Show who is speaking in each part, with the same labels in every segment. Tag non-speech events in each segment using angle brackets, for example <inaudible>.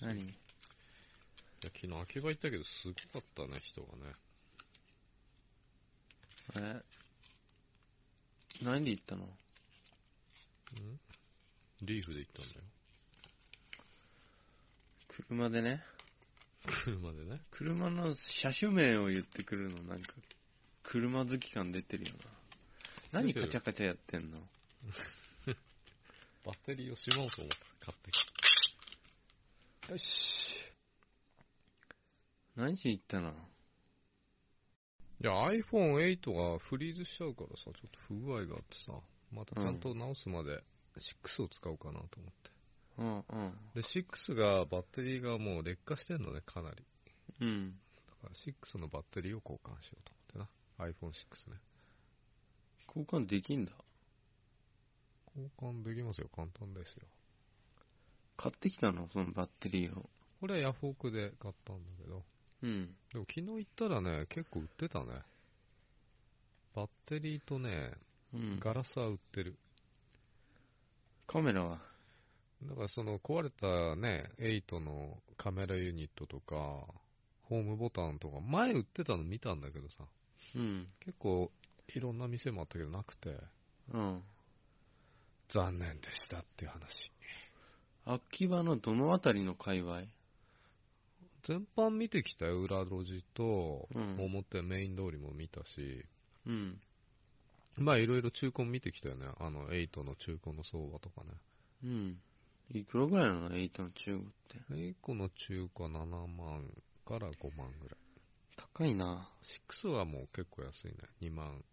Speaker 1: 何
Speaker 2: いや昨日秋葉行ったけど、すごかったね、人がね。
Speaker 1: え何で行ったの
Speaker 2: んリーフで行ったんだよ。
Speaker 1: 車でね。
Speaker 2: <laughs> 車でね。
Speaker 1: 車の車種名を言ってくるの、なんか、車好き感出てるよな。何
Speaker 2: 出て
Speaker 1: カ
Speaker 2: る
Speaker 1: チャカチャやってんの
Speaker 2: バッテリーをしまおうと思って買ってきた。よし。
Speaker 1: 何しに行ったの
Speaker 2: いや、iPhone8 がフリーズしちゃうからさ、ちょっと不具合があってさ、またちゃんと直すまで6を使おうかなと思って。
Speaker 1: うんうん。
Speaker 2: で、6がバッテリーがもう劣化してんのね、かなり。
Speaker 1: うん。
Speaker 2: だから6のバッテリーを交換しようと思ってな。iPhone6 ね。
Speaker 1: 交換できんだ。
Speaker 2: 交換できますよ、簡単ですよ。
Speaker 1: 買ってきたのそのバッテリーを。
Speaker 2: これはヤフオクで買ったんだけど、
Speaker 1: うん。
Speaker 2: でも昨日行ったらね、結構売ってたね。バッテリーとね、
Speaker 1: うん。
Speaker 2: ガラスは売ってる。
Speaker 1: カメラは。
Speaker 2: だからその壊れたね、8のカメラユニットとか、ホームボタンとか、前売ってたの見たんだけどさ、
Speaker 1: うん。
Speaker 2: 結構いろんな店もあったけどなくて、
Speaker 1: うん。
Speaker 2: 残念でしたっていう話。
Speaker 1: 秋葉のどのあたりの界隈
Speaker 2: 全般見てきたよ、裏路地と、
Speaker 1: うん。
Speaker 2: 表メイン通りも見たし、
Speaker 1: うん。
Speaker 2: まあいろいろ中古も見てきたよね、あの8の中古の相場とかね。
Speaker 1: うん。いくらぐらいなの ?8 の中国って。
Speaker 2: 8個の中古は7万から5万ぐらい。
Speaker 1: 高いな。
Speaker 2: 6はもう結構安いね、2万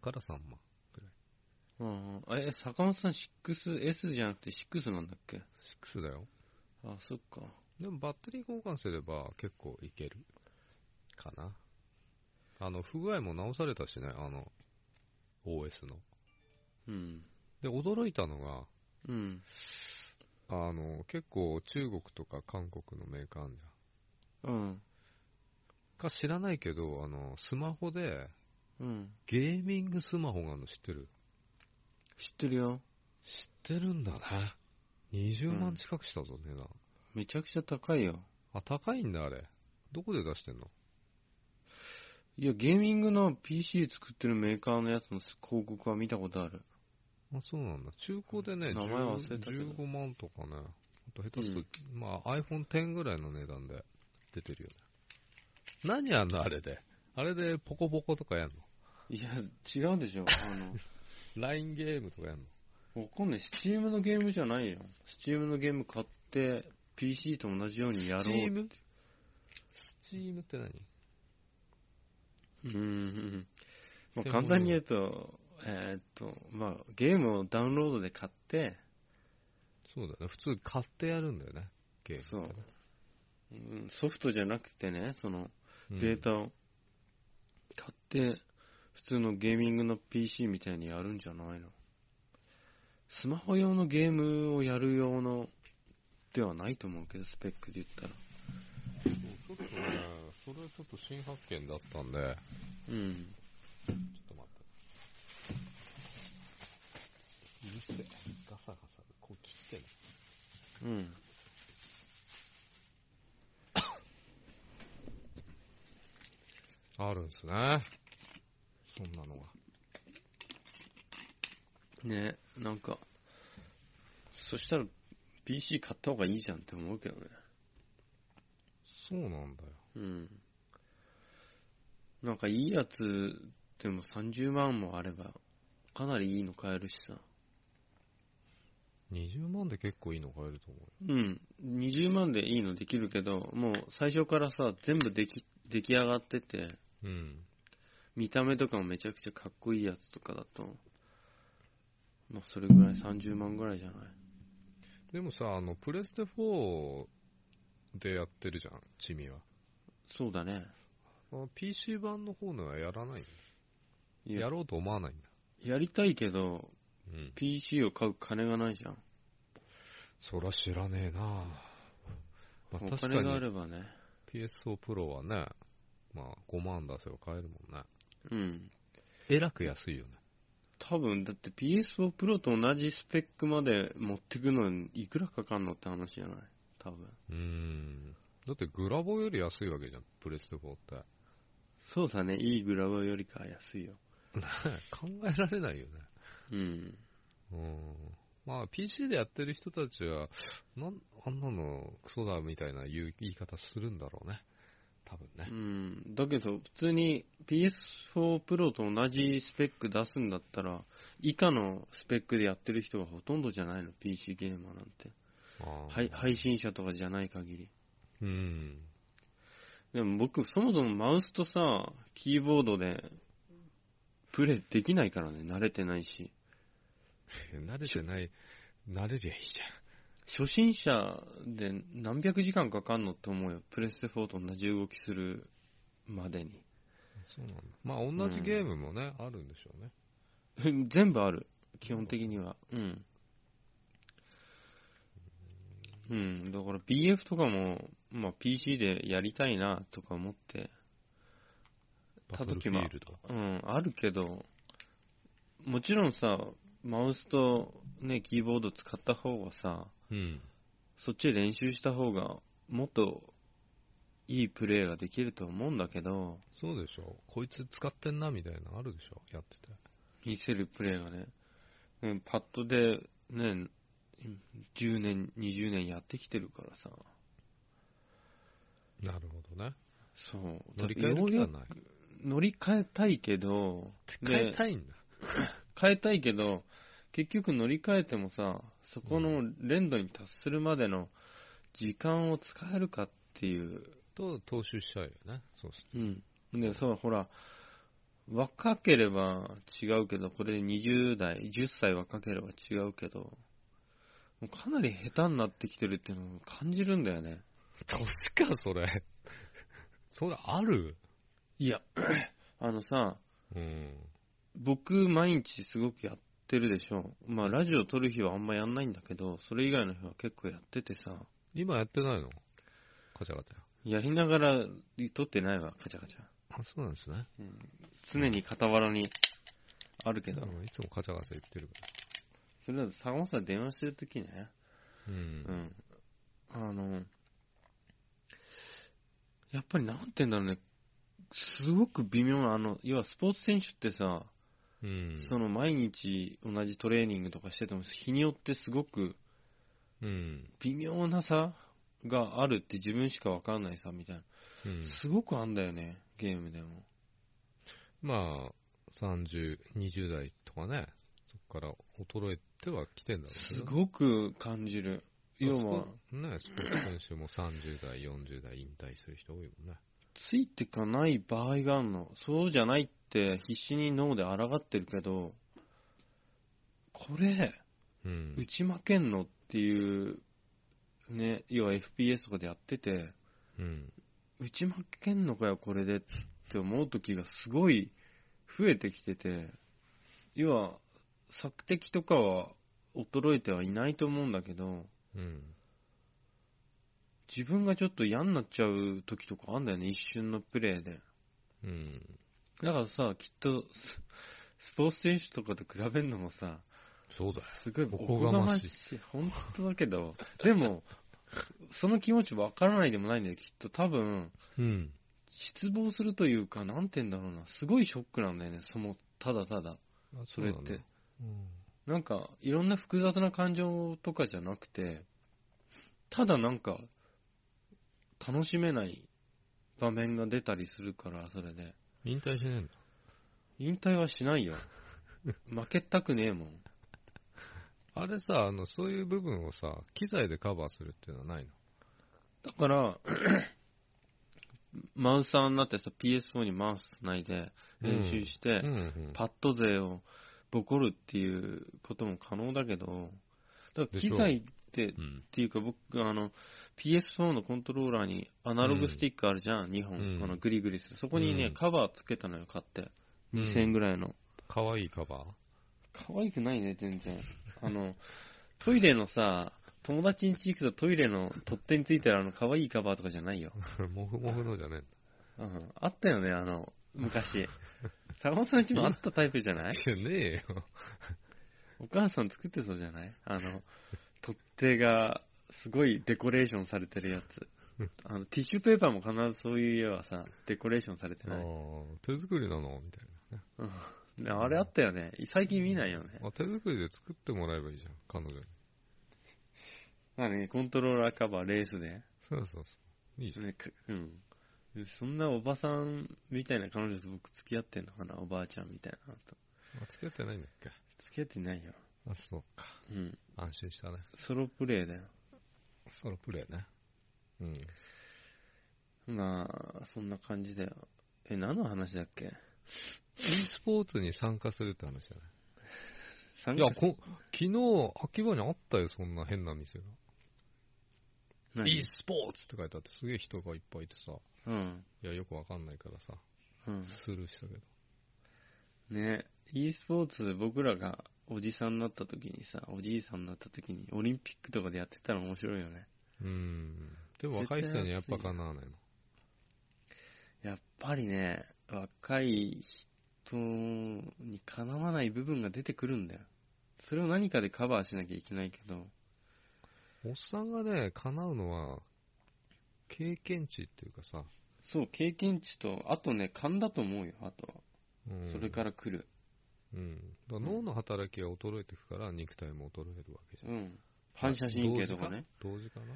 Speaker 2: から3万。
Speaker 1: うん。あえ、坂本さん 6S じゃなくて6なんだっけ
Speaker 2: 6だよ。
Speaker 1: あ、そっか。
Speaker 2: でもバッテリー交換すれば結構いけるかな。あの、不具合も直されたしね、あの、OS の。
Speaker 1: うん。
Speaker 2: で、驚いたのが、
Speaker 1: うん。
Speaker 2: あの、結構中国とか韓国のメーカーあんじゃん。
Speaker 1: うん。
Speaker 2: か知らないけど、あの、スマホで、
Speaker 1: うん。
Speaker 2: ゲーミングスマホがあるの知ってる
Speaker 1: 知ってるよ。
Speaker 2: 知ってるんだね。20万近くしたぞ、値段。
Speaker 1: めちゃくちゃ高いよ。
Speaker 2: あ、高いんだ、あれ。どこで出してんの
Speaker 1: いや、ゲーミングの PC 作ってるメーカーのやつの広告は見たことある。
Speaker 2: あ、そうなんだ。中古でね、
Speaker 1: 名前忘れたけど
Speaker 2: 10 15万とかね。あと下手すると、まあ iPhone10 ぐらいの値段で出てるよね。何やんのあれで。あれでポコポコとかやんの
Speaker 1: いや、違うでしょ。あ
Speaker 2: ?LINE ゲームとかやんの
Speaker 1: の、 <laughs> わかんない。スチームのゲームじゃないよ。スチームのゲーム買って、PC と同じようにやろう。
Speaker 2: スチームスチームって何
Speaker 1: うんうんうん。まあ、
Speaker 2: 専門用
Speaker 1: 簡単に言うと、えーっと、まあ、ゲームをダウンロードで買って、
Speaker 2: そうだよね。普通買ってやるんだよね。ゲームってね、
Speaker 1: うんソフトじゃなくてね、その、
Speaker 2: うん
Speaker 1: データを買って、普通のゲーミングの PC みたいにやるんじゃないのスマホ用のゲームをやる用のではないと思うけど、スペックで言ったら。
Speaker 2: そうちょっとね、それはちょっと新発見だったんで、
Speaker 1: うん。
Speaker 2: ちょっと待って。うるせえ。ガサガサ。こう切ってね。
Speaker 1: うん。
Speaker 2: あるんですね。そんなのが。
Speaker 1: ねなんか、そしたら PC 買った方がいいじゃんって思うけどね。
Speaker 2: そうなんだよ。
Speaker 1: うん。なんかいいやつでも30万もあれば、かなりいいの買えるしさ。
Speaker 2: 20万で結構いいの買えると思うよ。
Speaker 1: うん、20万でいいのできるけど、もう最初からさ、全部でき出来上がってて、
Speaker 2: うん。
Speaker 1: 見た目とかもめちゃくちゃかっこいいやつとかだと、まあそれぐらい30万ぐらいじゃない
Speaker 2: でもさ、あの、プレステ4でやってるじゃん、チミは。
Speaker 1: そうだね。
Speaker 2: あの PC 版の方のはやらない
Speaker 1: い
Speaker 2: のや
Speaker 1: や、
Speaker 2: ろうと思わないんだ。
Speaker 1: やりたいけど、
Speaker 2: うん。
Speaker 1: PC を買う金がないじゃん。
Speaker 2: そら知らねえなまあ
Speaker 1: お
Speaker 2: 確か
Speaker 1: 金があ
Speaker 2: に
Speaker 1: ればね。
Speaker 2: PSO プロはね、まあ5万出せば買えるもんね。
Speaker 1: うん。
Speaker 2: えらく安いよね。
Speaker 1: 多分、だって PS4 Pro と同じスペックまで持ってくのにいくらかかんのって話じゃない多分。
Speaker 2: うん。だってグラボより安いわけじゃん、プレステ4って。
Speaker 1: そうだね、いいグラボよりかは安いよ。
Speaker 2: <laughs> 考えられないよね。
Speaker 1: うん。
Speaker 2: うん。まあ、PC でやってる人たちは、なん、あんなのクソだみたいな言う言い方するんだろうね。多分ね
Speaker 1: う。ん。だけど、普通に PS4 Pro と同じスペック出すんだったら、以下のスペックでやってる人がほとんどじゃないの、PC ゲーマーなんて。
Speaker 2: あー
Speaker 1: はい、配信者とかじゃない限り。
Speaker 2: うん。
Speaker 1: でも僕、そもそもマウスとさ、キーボードで、プレイできないからね、慣れてないし。
Speaker 2: 慣れてない、慣れりゃいいじ
Speaker 1: 初心者で何百時間かかんのって思うよ。プレステ4と同じ動きするまでに。 <laughs>
Speaker 2: ゃん。そうなんだ。まあ、同じゲームもね、あるんでしょうね。
Speaker 1: 全部ある。基本的には。うん。うん、だから BF とかも、まあ PC でやりたいなとか思って、
Speaker 2: バトルフィールド。
Speaker 1: うん、あるけど、もちろんさ、マウスとね、キーボード使った方がさ、
Speaker 2: うん。
Speaker 1: そっちで練習した方が、もっといいプレーができると思うんだけど、
Speaker 2: そうでしょ。こいつ使ってんな、みたいなのあるでしょ。やってて。
Speaker 1: 見せるプレーがね、うん、パッドでね、10年、20年やってきてるからさ、
Speaker 2: なるほどね。
Speaker 1: そう。
Speaker 2: 乗り換える気はない。
Speaker 1: 乗り換えたいけど、
Speaker 2: 変えたいんだ。
Speaker 1: 変えたいけど、結局乗り換えてもさ、そこの連動に達するまでの時間を使えるかっていう、
Speaker 2: と、踏襲しちゃうよね。そう
Speaker 1: <laughs>
Speaker 2: す
Speaker 1: うん。で、そう、ほら、若ければ違うけど、これ20代、10歳若ければ違うけど、もうかなり下手になってきてるっていうのを感じるんだよね。
Speaker 2: 年か、それ。 <laughs> それある
Speaker 1: いや、 <clears throat> あのさ、
Speaker 2: うん。
Speaker 1: 僕毎日すごくやってるでしょ。まあラジオ撮る日はあんまやんないんだけど、それ以外の日は結構やっててさ、
Speaker 2: 今やってないのガチャガチャ。
Speaker 1: やりながら撮ってないわ、カチャカチャ。
Speaker 2: あ、そうなんですね。
Speaker 1: 常に傍らにあるけど、
Speaker 2: うんいつもガチャガチャ言ってるから。
Speaker 1: それだと坂本さん電話してるときね、
Speaker 2: う。
Speaker 1: うんん。あの、やっぱりなんて言うんだろうね、すごく微妙な、あの、要はスポーツ選手ってさ、
Speaker 2: うん。
Speaker 1: その毎日同じトレーニングとかしてても、日によってすごく
Speaker 2: うん。
Speaker 1: 微妙な差があるって自分しかわかんないさ、みたいな。
Speaker 2: うん。
Speaker 1: すごくあんだよね、ゲームでも。
Speaker 2: まあ、30、20代とかね。そこから衰えては来てんだろう
Speaker 1: す
Speaker 2: けどね
Speaker 1: ごく感じる。要
Speaker 2: ス
Speaker 1: は
Speaker 2: ポ、ね、スポーツ選手も30代、40代引退する人多いもんね。
Speaker 1: ついてかない場合があるの。そうじゃないって必死に脳で抗ってるけど、これ、
Speaker 2: うん。
Speaker 1: 打ち負けんのっていう、ね、要は FPS とかでやってて、
Speaker 2: うん。
Speaker 1: 打ち負けんのかよ、これでって思う時がすごい増えてきてて、要は、索敵とかは衰えてはいないと思うんだけど、
Speaker 2: うん。
Speaker 1: 自分がちょっと嫌になっちゃう時とかあんだよね、一瞬のプレーで。
Speaker 2: うん。
Speaker 1: だからさ、きっとス、スポーツ選手とかと比べるのもさ、
Speaker 2: そうだよ。
Speaker 1: すごい
Speaker 2: おこがましい
Speaker 1: い。本当だけど、 <laughs> でも、その気持ちわからないでもないんだよ、きっと。多分、
Speaker 2: うん。
Speaker 1: 失望するというか、なんて言うんだろうな、すごいショックなんだよね、その、ただただ、
Speaker 2: あ
Speaker 1: それって。。
Speaker 2: うなんだ
Speaker 1: なんか、いろんな複雑な感情とかじゃなくて、ただなんか、楽しめない場面が出たりするから、それで。
Speaker 2: うん引退しないんだ。
Speaker 1: 引退はしない
Speaker 2: <laughs>
Speaker 1: よ。負けたくねえもん。
Speaker 2: あれさ、あの、そういう部分をさ、機材でカバーするっていうのはないの
Speaker 1: だから、 <clears throat> マウサーになってさ、PS4 にマウスつないで練習して、
Speaker 2: うんうん。
Speaker 1: パッド勢をボコるっていうことも可能だけど、だから
Speaker 2: でし
Speaker 1: 機
Speaker 2: ょ
Speaker 1: 材って、っ
Speaker 2: うん。
Speaker 1: ていうか僕、あの、PS4 のコントローラーにアナログスティックあるじゃん、2本、
Speaker 2: うん
Speaker 1: このグリグリする。そこにね、
Speaker 2: うん
Speaker 1: カバーつけたのよ、買って。
Speaker 2: うん
Speaker 1: 2000円ぐらいの。
Speaker 2: かわいいカバー <laughs>
Speaker 1: 可愛くないね、全然。あの、トイレのさ、友達ん家行くとトイレの取っ手についてるあの可愛いカバーとかじゃないよ。
Speaker 2: モフモフのじゃね
Speaker 1: うん、あったよね、あの、昔。坂本さんちもあったタイプじゃない
Speaker 2: えんだ。いや、ねえよ。
Speaker 1: お母さん作ってそうじゃないあの、取っ手がすごいデコレーションされてるやつ。あの、ティッシュペーパーも必ずそういう家はさ、デコレーションされて
Speaker 2: あ
Speaker 1: ない。
Speaker 2: ー手作りなのみたいなね。
Speaker 1: うんねあれあったよね。最近見ないよね。
Speaker 2: あ、手作りで作ってもらえばいいじゃん、彼女に。
Speaker 1: まあね、コントローラーカバー、レースで。
Speaker 2: そうそうそう。いいじゃん。
Speaker 1: ねくうん。でそんなおばさんみたいな彼女と僕付き合ってんのかなおばあちゃんみたいなのと。
Speaker 2: あ、付き合ってないんだっけ
Speaker 1: 付き合ってないよ。
Speaker 2: あ、そうか。
Speaker 1: うん。
Speaker 2: 安心したね。
Speaker 1: ソロプレイだよ。
Speaker 2: ソロプレイね。うん。
Speaker 1: まあ、そんな感じだよ。え、何の話だっけ
Speaker 2: e スポーツに参加するって話じゃない
Speaker 1: 参
Speaker 2: い
Speaker 1: 加
Speaker 2: や、こ、昨日、秋葉にあったよ、そんな変な店が。
Speaker 1: 何
Speaker 2: e スポーツって書いてあって、すげえ人がいっぱいいてさ。
Speaker 1: うん。
Speaker 2: いや、よくわかんないからさ、
Speaker 1: うん。
Speaker 2: スルーしたけど。
Speaker 1: ね、e スポーツ、僕らがおじさんになった時にさ、おじいさんになった時に、オリンピックとかでやってたら面白いよね。
Speaker 2: うん。でも若い人にはやっぱかなわないの。
Speaker 1: やっぱりね、若い人にかなわない部分が出てくるんだよ。それを何かでカバーしなきゃいけないけど、
Speaker 2: おっさんがね、叶うのは、経験値っていうかさ、
Speaker 1: そう、経験値と、あとね、勘だと思うよ、あとは。
Speaker 2: うん、、
Speaker 1: それからら来る。
Speaker 2: うん、だから脳の働きが衰えていくから、肉体も衰えるわけじゃ。
Speaker 1: うんん。反射神経とかね。
Speaker 2: 同時かな、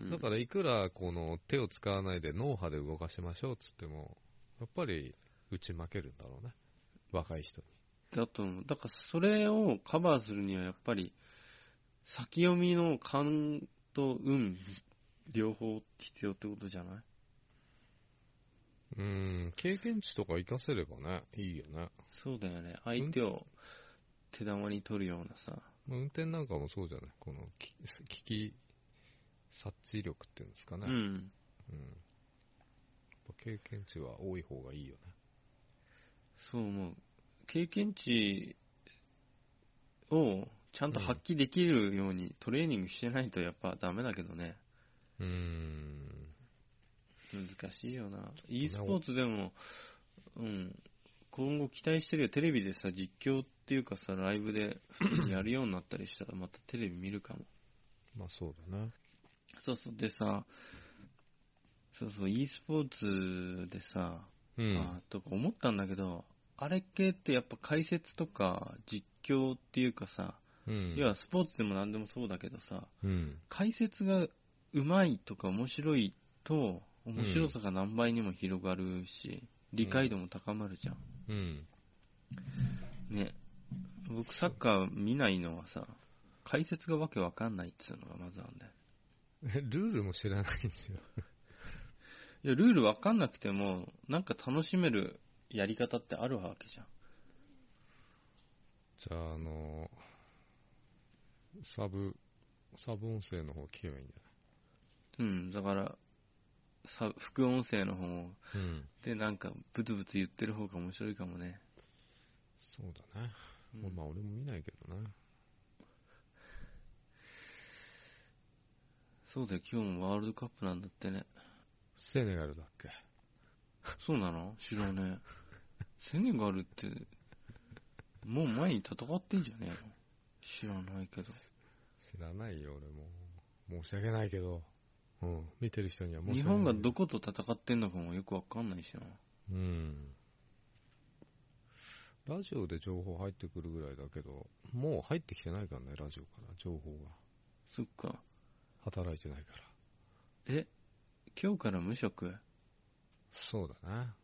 Speaker 1: うん
Speaker 2: だからいくらこの手を使わないで脳波で動かしましょうっつっても、やっぱり打ち負けるんだろうね。若い人に。
Speaker 1: だと思う。だからそれをカバーするにはやっぱり先読みの勘と運両方必要ってことじゃない
Speaker 2: うん、経験値とか活かせればね、いいよね。
Speaker 1: そうだよね。相手を手玉に取るようなさ。
Speaker 2: まあ運転なんかもそうじゃない。このき危機察知力っていうんですかね。
Speaker 1: うん。
Speaker 2: うんやっぱ経験値は多い方がいいよね。
Speaker 1: そう思う。経験値をちゃんと発揮できるようにトレーニングしてないとやっぱダメだけどね。
Speaker 2: うーん。
Speaker 1: 難しいよな。e スポーツでも、うん、今後期待してるよ。テレビでさ、実況っていうかさ、ライブで普通にやるようになったりしたら、またテレビ見るかも。
Speaker 2: まあそうだね。
Speaker 1: そうそう、でさ、そうそう、e スポーツでさ、
Speaker 2: う
Speaker 1: あ。とか思ったんだけど、あれ系ってやっぱ解説とか実況っていうかさ、
Speaker 2: うん。
Speaker 1: 要はスポーツでも何でもそうだけどさ、
Speaker 2: うん。
Speaker 1: 解説がうまいとか面白いと面白さが何倍にも広がるし、理解度も高まるじゃん。
Speaker 2: うん。 <laughs>
Speaker 1: ね。僕サッカー見ないのはさ、解説がわけわかんないっつうのがまずあんだよ。
Speaker 2: えルールも知らないんですよ。
Speaker 1: いや、ルールわかんなくても、なんか楽しめるやり方ってあるわけじゃん。
Speaker 2: じゃあ、あの、サブ、サブ音声の方聞けばいいんじ
Speaker 1: うん、だから、さ副音声の方
Speaker 2: ゃないうん。
Speaker 1: でなんかブツブツ言ってる方が面白いかもね。
Speaker 2: そうだね。
Speaker 1: うん
Speaker 2: もうまあ俺も見ないけどね。
Speaker 1: そうだよ、今日もワールドカップなんだってね。
Speaker 2: セネガルだっけ
Speaker 1: そうなの知らねえ。セネガルって、もう前に戦ってんじゃねえの知らないけど。
Speaker 2: 知らないよ、俺も。申し訳ないけど。うん。見てる人には申し訳ない。
Speaker 1: 日本がどこと戦ってんのかもよくわかんないしな。
Speaker 2: うん。ラジオで情報入ってくるぐらいだけど、もう入ってきてないからね、ラジオから、情報が。
Speaker 1: そっか。
Speaker 2: 働いてないから。
Speaker 1: え今日から無職
Speaker 2: そうだな。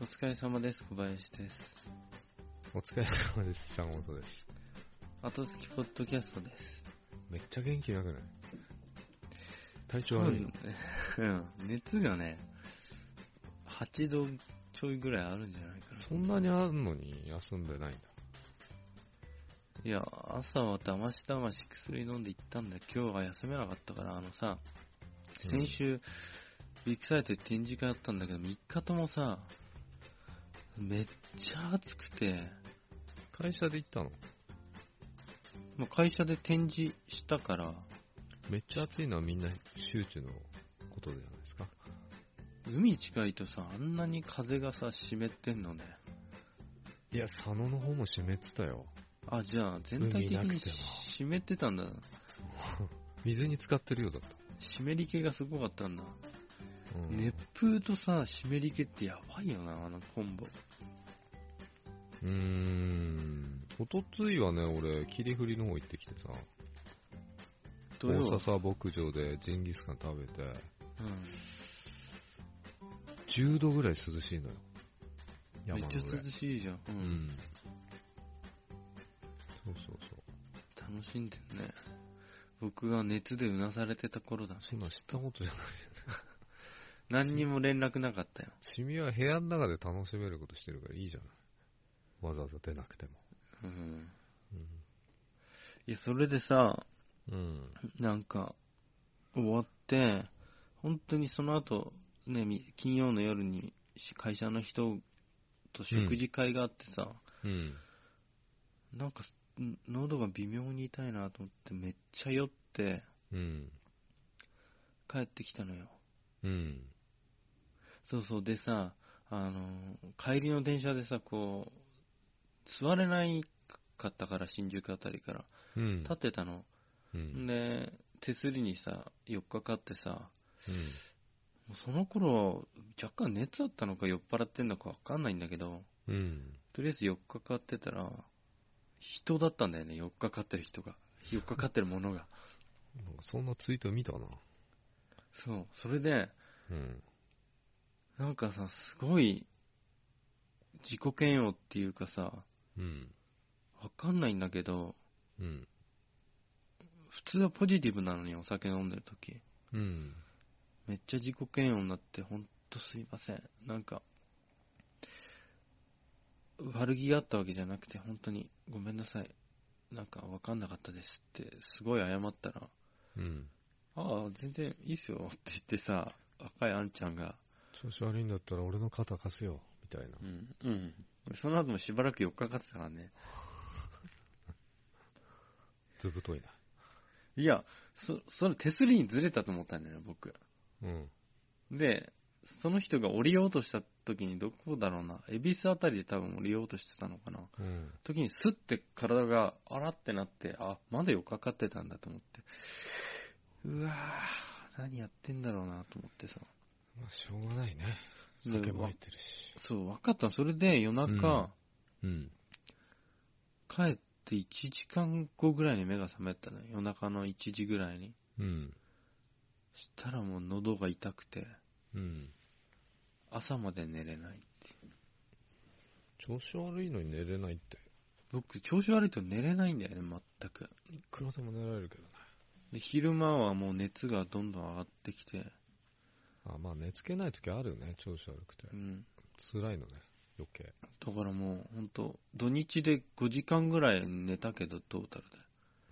Speaker 1: お疲れ様です、小林です。
Speaker 2: お疲れ様です、坂本です。
Speaker 1: 後付きポッドキャストです。
Speaker 2: めっちゃ元気なくない体調悪いの、
Speaker 1: <laughs> うん。熱がね、8度ちょいぐらいあるんじゃないかな。
Speaker 2: そんなにあるのに休んでないんだ。
Speaker 1: いや、朝はだましだまし薬飲んで行ったんだよ。今日は休めなかったから、あのさ、
Speaker 2: うん
Speaker 1: 先週、ビッグサイトで展示会あったんだけど、3日ともさ、めっちゃ暑くて、
Speaker 2: 会社で行ったの
Speaker 1: まあ会社で展示したから、
Speaker 2: めっちゃ暑いのはみんな周知のことじゃないですか。
Speaker 1: 海近いとさ、あんなに風がさ、湿ってんのね。
Speaker 2: いや、佐野の方も湿ってたよ。
Speaker 1: あ、じゃあ、全体的
Speaker 2: 海な
Speaker 1: に
Speaker 2: くても
Speaker 1: 湿ってたんだ。
Speaker 2: 水に浸かってるようだった。
Speaker 1: 湿り気がすごかったんだ。
Speaker 2: うん
Speaker 1: 熱風とさ、湿り気ってやばいよな、あのコンボ。
Speaker 2: うーん。おとついはね、俺、霧降りの方行ってきてさ、
Speaker 1: 土
Speaker 2: 大
Speaker 1: 曜
Speaker 2: 笹牧場でジンギスカン食べて、
Speaker 1: う
Speaker 2: 10度ぐらい涼しいの
Speaker 1: ん。
Speaker 2: よ。
Speaker 1: め
Speaker 2: 山
Speaker 1: っ
Speaker 2: の
Speaker 1: ちゃ
Speaker 2: 上。
Speaker 1: 涼しいじゃん。う。
Speaker 2: うんん。そうそうそう。
Speaker 1: 楽しんでるね。僕が熱でうなされてた頃だ。
Speaker 2: そんなん知ったことじゃない。
Speaker 1: 何にも連絡なかったよ。
Speaker 2: 君は部屋の中で楽しめることしてるからいいじゃない。わざわざ出なくても。
Speaker 1: うん。
Speaker 2: う
Speaker 1: いや、それでさ、
Speaker 2: ん。うん。
Speaker 1: なんか、終わって、本当にその後、ね、み金曜の夜にし会社の人と食事会があってさ、
Speaker 2: うん。
Speaker 1: なんか、ん喉が微妙に痛いなと思って、めっちゃ酔って
Speaker 2: うん。
Speaker 1: 帰ってきたのよ。
Speaker 2: うん。
Speaker 1: そうそう、でさ、あの、帰りの電車でさ、こう、座れないかったから、新宿あたりから。
Speaker 2: うん。
Speaker 1: 立ってたの。
Speaker 2: うん。
Speaker 1: で、手すりにさ、4日かかってさ、
Speaker 2: うん。
Speaker 1: もうその頃、若干熱あったのか酔っ払ってんのかわかんないんだけど、
Speaker 2: うん。
Speaker 1: とりあえず4日買ってたら、人だったんだよね、4日買ってる人が。4日買ってるも
Speaker 2: <laughs>
Speaker 1: のが。
Speaker 2: なんかそんなツイート見たな。
Speaker 1: そう。それで、
Speaker 2: うん。
Speaker 1: なんかさ、すごい、自己嫌悪っていうかさ、
Speaker 2: うん。
Speaker 1: わかんないんだけど、
Speaker 2: うん。
Speaker 1: 普通はポジティブなのにお酒飲んでる時
Speaker 2: うん。
Speaker 1: めっちゃ自己嫌悪になって、ほんとすいません。なんか、悪気があったわけじゃなくて、本当にごめんなさい。なんかわかんなかったですって、すごい謝ったら、
Speaker 2: うん。
Speaker 1: ああ、全然いいっすよって言ってさ、赤いあんちゃんが、
Speaker 2: 調子悪いんだったら俺の肩貸せよ、みたいな
Speaker 1: う。ん、うん。その後もしばらく4日かかってたからね。
Speaker 2: ずぶとい
Speaker 1: いや、そ、それ手すりにずれたと思ったんだよね、僕。
Speaker 2: な。うん。
Speaker 1: で、その人が降りようとした時にどこだろうな、恵比寿あたりで多分降りようとしてたのかな。
Speaker 2: うん。
Speaker 1: 時にスッて体があらってなって、あ、まだよかかってたんだと思って。うわぁ、何やってんだろうなと思ってさ。
Speaker 2: まあ、しょうがないね。
Speaker 1: で
Speaker 2: 酒も入ってるし。
Speaker 1: そう、分かったの。それで夜中、
Speaker 2: うん。
Speaker 1: 帰って1時間後ぐらいに目が覚めたのよ。夜中の1時ぐらいに。
Speaker 2: うん。
Speaker 1: したらもう喉が痛くて、
Speaker 2: うん。
Speaker 1: 朝まで寝れないっていう。
Speaker 2: 調子悪いのに寝れないって。
Speaker 1: 僕、調子悪いと寝れないんだよね、全く。
Speaker 2: いくらでも寝られるけどね。
Speaker 1: で昼間はもう熱がどんどん上がってきて、
Speaker 2: あ、まあ寝つけない時あるよね、調子悪くて
Speaker 1: う。ん。
Speaker 2: 辛いのね、余計。
Speaker 1: だからもう、ほんと、土日で5時間ぐらい寝たけど、トータルで。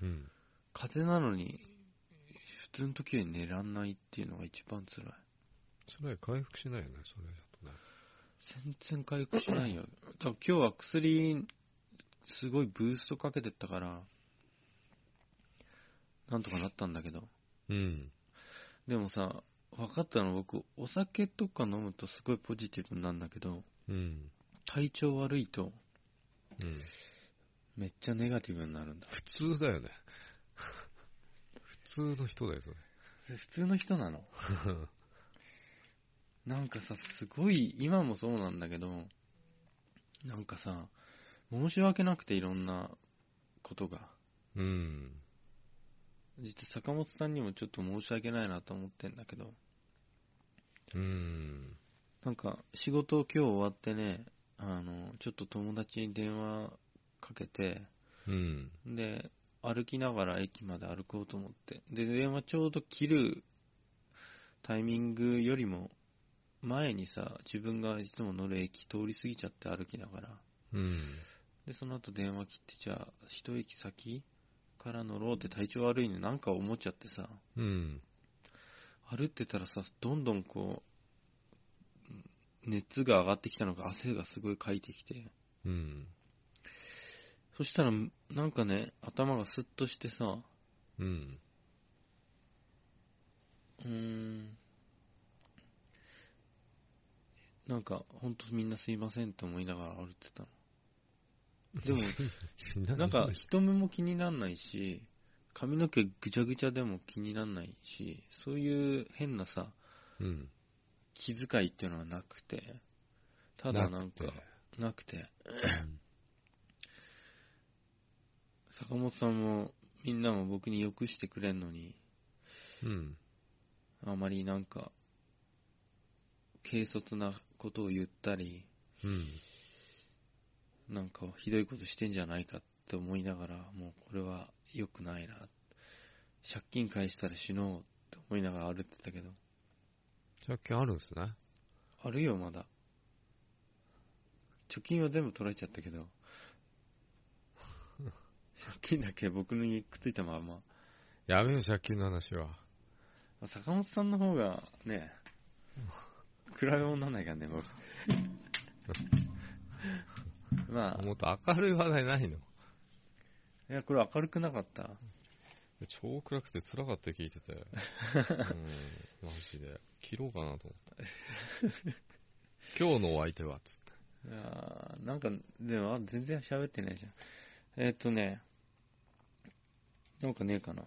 Speaker 2: うん。
Speaker 1: 風邪なのに、普通の時より寝らんないっていうのが一番辛い。
Speaker 2: 辛い、回復しないよね、それだとね。
Speaker 1: 全然回復しないよ。だから今日は薬、すごいブーストかけてったから、なんとかなったんだけど。
Speaker 2: うん。
Speaker 1: でもさ、分かったの僕、お酒とか飲むとすごいポジティブになるんだけど、
Speaker 2: うん。
Speaker 1: 体調悪いと、
Speaker 2: うん。
Speaker 1: めっちゃネガティブになるんだ。
Speaker 2: 普通だよね。 <laughs> 普通の人だよ、それ。
Speaker 1: それ普通の人な <laughs> のなんかさ、すごい、今もそうなんだけど、なんかさ、申し訳なくていろんなことが。
Speaker 2: うん。
Speaker 1: 実は坂本さんにもちょっと申し訳ないなと思ってんだけど、
Speaker 2: うん。
Speaker 1: なんか仕事を今日終わってね、あの、ちょっと友達に電話かけて、
Speaker 2: うん。
Speaker 1: で、歩きながら駅まで歩こうと思って。で、電話ちょうど切るタイミングよりも前にさ、自分がいつも乗る駅通り過ぎちゃって歩きながら。
Speaker 2: うん。
Speaker 1: で、その後電話切って、じゃあ、一駅先から乗ろうって体調悪いのなんか思っちゃってさ、
Speaker 2: うん。
Speaker 1: 歩ってたらさ、どんどんこう、うん熱が上がってきたのか、汗がすごいかいてきて、
Speaker 2: うん。
Speaker 1: そしたら、なんかね、頭がスッとしてさ、
Speaker 2: うん。
Speaker 1: うーん。なんか、ほんとみんなすいませんって思いながら歩いてたの。でも、なんか、人目も気になんないし、髪の毛ぐちゃぐちゃでも気になんないし、そういう変なさ、
Speaker 2: うん。
Speaker 1: 気遣いっていうのはなくて、ただなんか、
Speaker 2: な
Speaker 1: な
Speaker 2: く
Speaker 1: く
Speaker 2: て
Speaker 1: て、
Speaker 2: <clears throat> うん
Speaker 1: 坂本さんもみんなも僕によくしてくれんのに、
Speaker 2: うん。
Speaker 1: あまりなんか、軽率なことを言ったり、
Speaker 2: うん。
Speaker 1: なんかひどいことしてんじゃないかって思いながら、もうこれは良くないな。借金返したら死のうって思いながら歩いてたけど、
Speaker 2: 借金あるんすね。
Speaker 1: あるよまだ。貯金は全部取られちゃったけど、借金だけ僕にくっついたまま。
Speaker 2: やめよ、借金の話は。
Speaker 1: 坂本さんの方がね、比べ物にならないからね、僕。まあ、
Speaker 2: もっと明るい話題ないの
Speaker 1: いや、これ明るくなかった。
Speaker 2: 超暗くて辛かった聞いてて。うん。マジで。切ろうかなと思って。今日のお相手は、つって。
Speaker 1: いやーなんか、でも、あ全然喋ってないじゃん。えーっ、とね、なんかねえかな。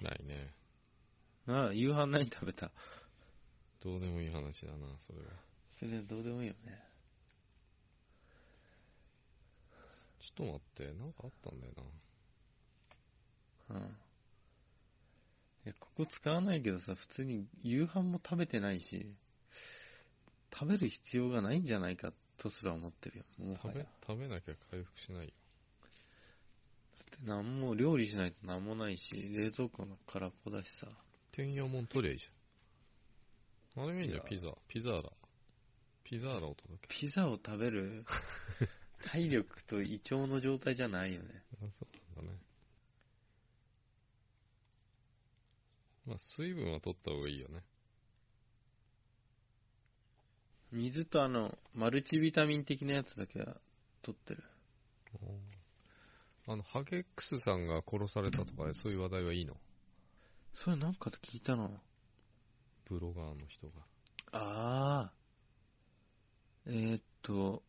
Speaker 2: ないね。
Speaker 1: なあ、夕飯何食べた
Speaker 2: どうでもいい話だな、それは。
Speaker 1: それどうでもいいよね。
Speaker 2: ちょっと待って、なんかあったんだよな。
Speaker 1: うん。いや、ここ使わないけどさ、普通に夕飯も食べてないし、食べる必要がないんじゃないかとすら思ってるよ。もは
Speaker 2: 食べ
Speaker 1: や。、
Speaker 2: 食べなきゃ回復しないよ。
Speaker 1: なんも、料理しないとなんもないし、冷蔵庫の空っぽだしさ。
Speaker 2: てんやもん取りゃいいじゃん。あれもいいんじゃん、
Speaker 1: い
Speaker 2: ピ
Speaker 1: や
Speaker 2: ザ。ピザーラ。ピザーラを届け。
Speaker 1: ピザを食べる体力と胃腸の状態じゃないよね。
Speaker 2: あそうなんだね。まあ、水分は取った方がいいよね。
Speaker 1: 水とあの、マルチビタミン的なやつだけは取ってる。
Speaker 2: あの、ハゲックスさんが殺されたとか、そういう話題はいいの
Speaker 1: それなんかで聞いたな。
Speaker 2: ブロガーの人が。
Speaker 1: ああ。えー、っと、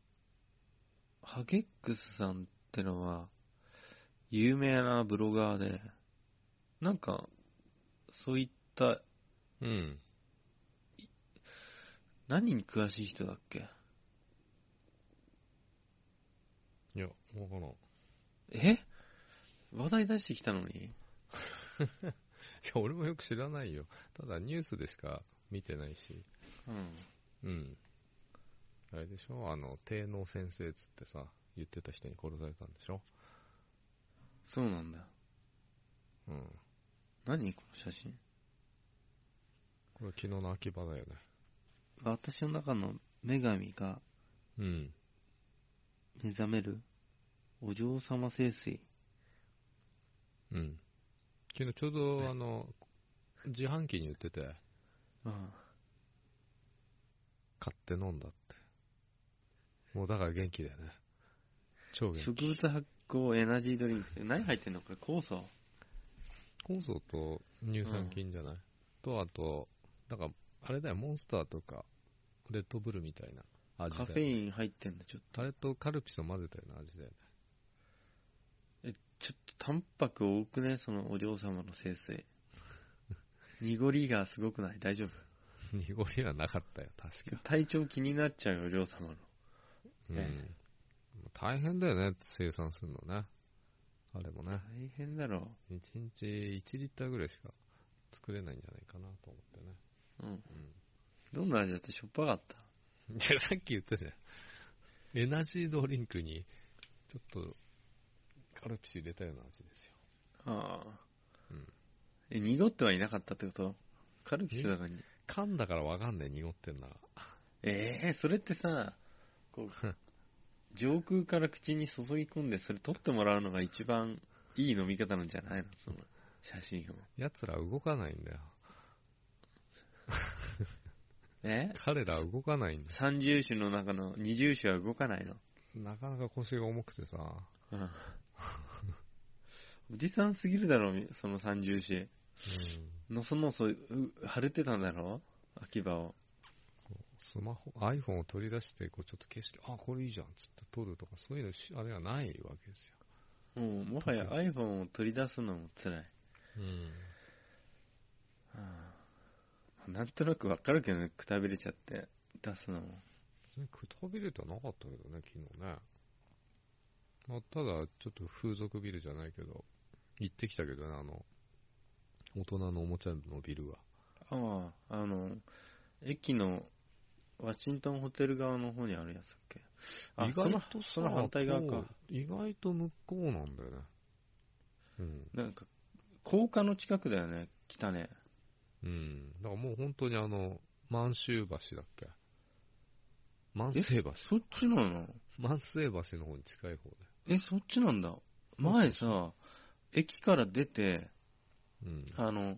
Speaker 1: ハゲックスさんってのは、有名なブロガーで、なんか、そういった、
Speaker 2: うん。
Speaker 1: 何に詳しい人だっけ
Speaker 2: いや、わからん。い
Speaker 1: え話題出してきたのに
Speaker 2: や、俺もよく知らないよ。ただ、ニュースでしか見てないし。
Speaker 1: うん。
Speaker 2: うん。あれでしょあの、低能先生つってさ、言ってた人に殺されたんでしょ
Speaker 1: そうなんだ。
Speaker 2: うん。
Speaker 1: 何この写真。
Speaker 2: これ昨日の秋葉だよね。
Speaker 1: 私の中の女神が、
Speaker 2: うん。
Speaker 1: 目覚めるお嬢様聖水
Speaker 2: うん。昨日ちょうど、あの、自販機に売ってて、
Speaker 1: あ
Speaker 2: 買って飲んだって。もうだから元気だよね。超
Speaker 1: あ
Speaker 2: 元
Speaker 1: 植
Speaker 2: 気。
Speaker 1: 物発酵エナジードリンクって何入ってんのこれ酵素
Speaker 2: 酵素と乳酸菌じゃない、と、あと、だから、あれだよ、モンスターとか、レッドブルみたいな味だ
Speaker 1: カフ
Speaker 2: よ
Speaker 1: ェイン入ってんだちょっ
Speaker 2: あれとカルピスを混ぜたような味だよね。
Speaker 1: とちょっとタンパク多くねそのお嬢様の聖 <laughs> 水濁りがすごくない大丈夫
Speaker 2: 濁りはなかったよ、確か。
Speaker 1: 体調気になっちゃうよお嬢様の
Speaker 2: う
Speaker 1: え
Speaker 2: ん。大変だよね、生産するのね。あれもね
Speaker 1: 大。変だろ
Speaker 2: 1日1リッターぐらいしか作れないんじゃないかなと思って
Speaker 1: う、う
Speaker 2: ね。
Speaker 1: ん、どんな味だったしょっぱかった
Speaker 2: うん。 <laughs> いや、さっき言ったじゃん。エナジードリンクに、ちょっと、カルピス入れたような味ですよ。
Speaker 1: ああ、
Speaker 2: うん
Speaker 1: え濁ってはいなかったってことカルピスだからに
Speaker 2: 噛んだからわかんない、濁ってんな。
Speaker 1: ええそれってさ、こう、上空から口に注ぎ込んで、それ取ってもらうのが一番いい飲み方なんじゃないのその写真を。
Speaker 2: 奴ら動かないんだよ。
Speaker 1: え
Speaker 2: 彼ら動かないんだよ。
Speaker 1: ?30 種の中の20種は動かないの。
Speaker 2: なかなか腰が重くてさ、
Speaker 1: うん <laughs> おじさんすぎるだろ、みその三重士。
Speaker 2: うん、
Speaker 1: のそのそ、う晴れてたんだろ秋葉を。
Speaker 2: そうスマホ、iPhone を取り出して、こうちょっと景色、あ、これいいじゃんっつって撮るとか、そういうのし、あれはないわけですよ。
Speaker 1: もう、もはや iPhone を取り出すのも辛い。
Speaker 2: うん。
Speaker 1: うんなんとなくわかるけどね、くたびれちゃって、出すのも。
Speaker 2: くたびれてはなかったけどね、昨日ね。まあ、ただ、ちょっと風俗ビルじゃないけど、行ってきたけどね、あの、大人のおもちゃのビルは。
Speaker 1: ああ、あの、駅のワシントンホテル側の方にあるやつだっけ。あ、
Speaker 2: 意外とさ
Speaker 1: そのその反対側
Speaker 2: こ
Speaker 1: か。
Speaker 2: う意外と向こうなんだよね。うん。
Speaker 1: なんか、高架の近くだよね、北ね。
Speaker 2: うん。だからもう本当にあの、満州橋だっけ万世橋。
Speaker 1: そっちなの
Speaker 2: 万世橋の方に近い方で。
Speaker 1: え、そっちなんだ。前さ、駅から出て、
Speaker 2: うん。
Speaker 1: あの、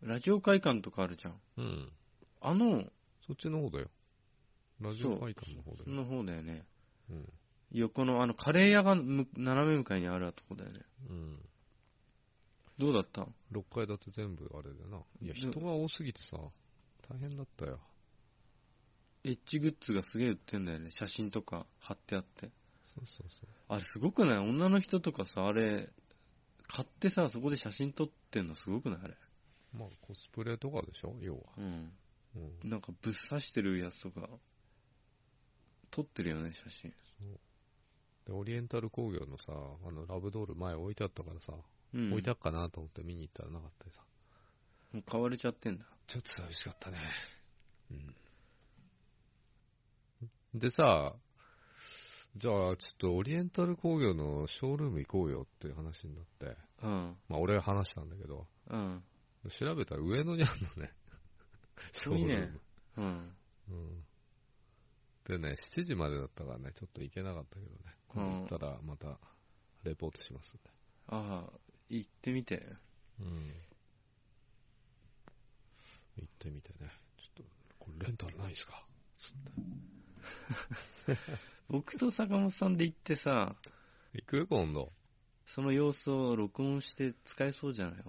Speaker 1: ラジオ会館とかあるじゃん。
Speaker 2: うん。
Speaker 1: あの、
Speaker 2: そっちの方だよ。ラジオ会館の方だよ。
Speaker 1: の方だよね。
Speaker 2: うん。
Speaker 1: 横の、あの、カレー屋がむ斜め向かいにあるとこだよね。
Speaker 2: うん。
Speaker 1: どうだった
Speaker 2: 6階建て全部あれだよな。いや、
Speaker 1: うん
Speaker 2: 人が多すぎてさ、大変だったよ。
Speaker 1: エッジグッズがすげえ売ってんだよね。写真とか貼ってあって。
Speaker 2: そうそうそう。
Speaker 1: あれすごくない女の人とかさ、あれ、買ってさ、そこで写真撮ってんのすごくないあれ。
Speaker 2: まあ、コスプレとかでしょ要は。
Speaker 1: うん。
Speaker 2: うん。
Speaker 1: なんかぶっ刺してるやつとか、撮ってるよね、写真。
Speaker 2: で、オリエンタル工業のさ、あの、ラブドール前置いてあったからさ、
Speaker 1: うん。
Speaker 2: 置いてあっかなと思って見に行ったらなかったりさ。
Speaker 1: もう買われちゃってんだ。
Speaker 2: ちょっと寂しかったね。うん。でさ、じゃあ、ちょっとオリエンタル工業のショールーム行こうよっていう話になって、
Speaker 1: うん。
Speaker 2: まあ俺が話したんだけど、
Speaker 1: うん。
Speaker 2: 調べたら上野にあるのね。ショー
Speaker 1: いい
Speaker 2: ル
Speaker 1: ね
Speaker 2: ーム。
Speaker 1: うん。
Speaker 2: うん。でね、7時までだったからね、ちょっと行けなかったけどね。
Speaker 1: うん
Speaker 2: 今度行ったらまた、レポートしますね。
Speaker 1: ああ、行ってみて。
Speaker 2: うん。行ってみてね。ちょっと、これレンタルないですかつって。
Speaker 1: 僕と坂本さんで行ってさ、
Speaker 2: 行く今度。
Speaker 1: その様子を録音して使えそうじゃない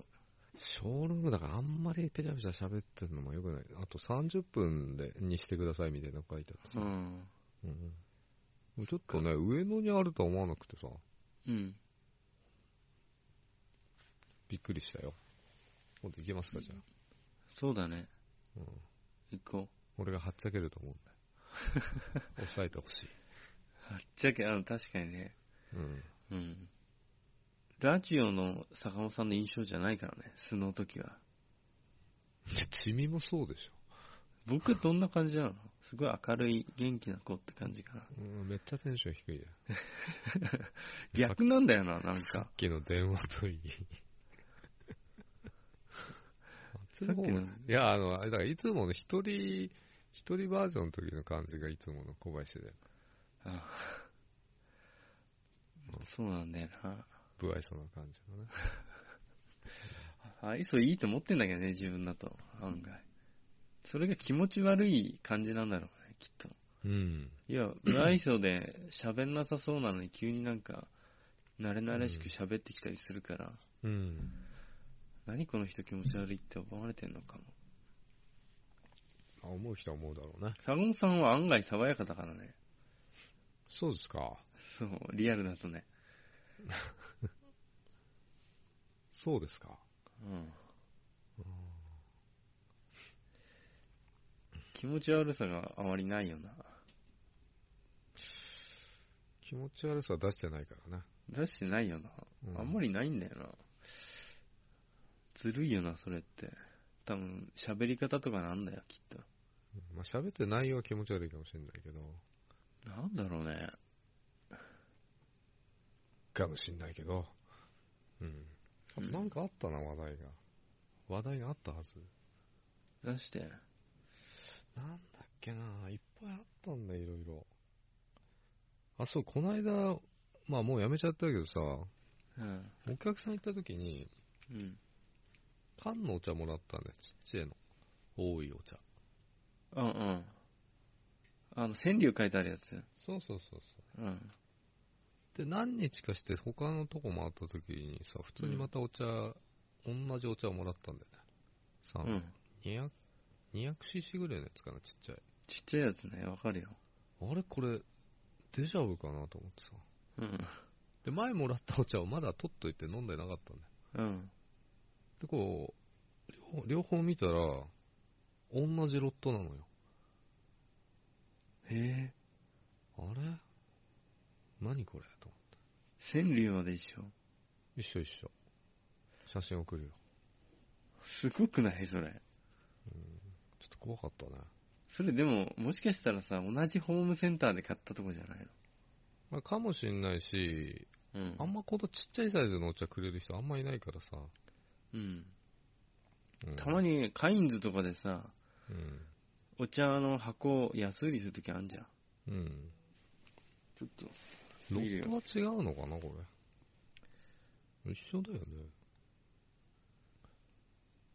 Speaker 2: ショールームだからあんまりペチャペチャ喋ってるのもよくない。あと30分でにしてくださいみたいなの書いてあって
Speaker 1: う
Speaker 2: さ。
Speaker 1: ん。
Speaker 2: うんちょっとね、上野にあるとは思わなくてさ、
Speaker 1: うん。
Speaker 2: びっくりしたよ。今度行けますか、じゃあ。
Speaker 1: そうだね。
Speaker 2: うん。
Speaker 1: 行こ
Speaker 2: 俺がはっちゃけると思うん <laughs> だよ。抑えてほしい。
Speaker 1: う。はっちゃけ、あの、確かにね。
Speaker 2: うん。
Speaker 1: うん。ラジオの坂本さんの印象じゃないからね、素の時は。
Speaker 2: チミもそうでしょ。
Speaker 1: 僕どんな感じなのすごい明るい元気な子って感じかな。
Speaker 2: うん、めっちゃテンション低いじゃん。
Speaker 1: 逆なんだよな、なん
Speaker 2: さっ
Speaker 1: か。
Speaker 2: きの電話 <laughs> といい。あっちの方も
Speaker 1: さっきの
Speaker 2: いや、あの、あれだからいつもの一人、一人バージョンの時の感じがいつもの小林で、
Speaker 1: あそうなんだよな。
Speaker 2: 不愛想な感じのね。
Speaker 1: 愛想いいと思ってんだけどね、自分だと、案外。それが気持ち悪い感じなんだろうね、きっと。
Speaker 2: うん。
Speaker 1: いや、無愛想で喋んなさそうなのに急になんか、慣れ慣れしく喋ってきたりするから、
Speaker 2: うん。
Speaker 1: 何この人気持ち悪いって思われてんのかも。
Speaker 2: あ思う人は思うだろうね。
Speaker 1: 坂本さんは案外爽やかだからね。
Speaker 2: そうですか。
Speaker 1: そう、リアルだとね。
Speaker 2: そうですか。
Speaker 1: うん。気持ち悪さがあまりないよな。
Speaker 2: 気持ち悪さは出してないからね。
Speaker 1: 出してないよな。
Speaker 2: うん
Speaker 1: あんまりないんだよな。ずるいよな、それって。多分、喋り方とかなんだよ、きっと。
Speaker 2: まあ、喋って内容は気持ち悪いかもしれないけど、
Speaker 1: なんだろうね。
Speaker 2: かもしれないけど、うん。あとなんかあったな、話題が。話題があったはず。
Speaker 1: 出して。
Speaker 2: なんだっけな、いっぱいあったんだ、いろいろ。あ、そう、この間、まあもうやめちゃったけどさ、
Speaker 1: うん。
Speaker 2: お客さん行った時に、
Speaker 1: うん。
Speaker 2: 缶のお茶もらったんだよ、ちっちゃいの。多いお茶。
Speaker 1: うんうん。あの、川柳書いてあるやつ。
Speaker 2: そうそうそうそう。
Speaker 1: うん。
Speaker 2: で、何日かして他のとこ回った時にさ、普通にまたお茶、同じお茶をもらったんだよね。さ、
Speaker 1: うん。
Speaker 2: 200 200cc ぐらいのやつかな、ちっちゃい。
Speaker 1: ちっちゃいやつね、わかるよ。
Speaker 2: あれこれ、デジャブかなと思ってさ。
Speaker 1: うん。
Speaker 2: で、前もらったお茶をまだ取っといて飲んでなかったんだよ。
Speaker 1: うん。
Speaker 2: で、こう、両両方見たら、同じロットなのよ。
Speaker 1: へえ。
Speaker 2: あれ何これと思
Speaker 1: 川柳まで一緒。
Speaker 2: って。一緒一緒。写真送るよ。
Speaker 1: すごくないそれ。
Speaker 2: ちょっと怖かったね。
Speaker 1: それでも、もしかしたらさ、同じホームセンターで買ったとこじゃない
Speaker 2: まあ、かもしんないし、
Speaker 1: のうん。
Speaker 2: あんまこのちっちゃいサイズのお茶くれる人あんまいないからさ。
Speaker 1: うん。
Speaker 2: うん
Speaker 1: たま。に、カインズとかでさ、
Speaker 2: うん。
Speaker 1: お茶の箱を安売りするときあんじゃん。
Speaker 2: うん。
Speaker 1: ちょっと。
Speaker 2: ロ
Speaker 1: 見る
Speaker 2: ッ
Speaker 1: よ
Speaker 2: トは違うのかな、これ。一緒だよね。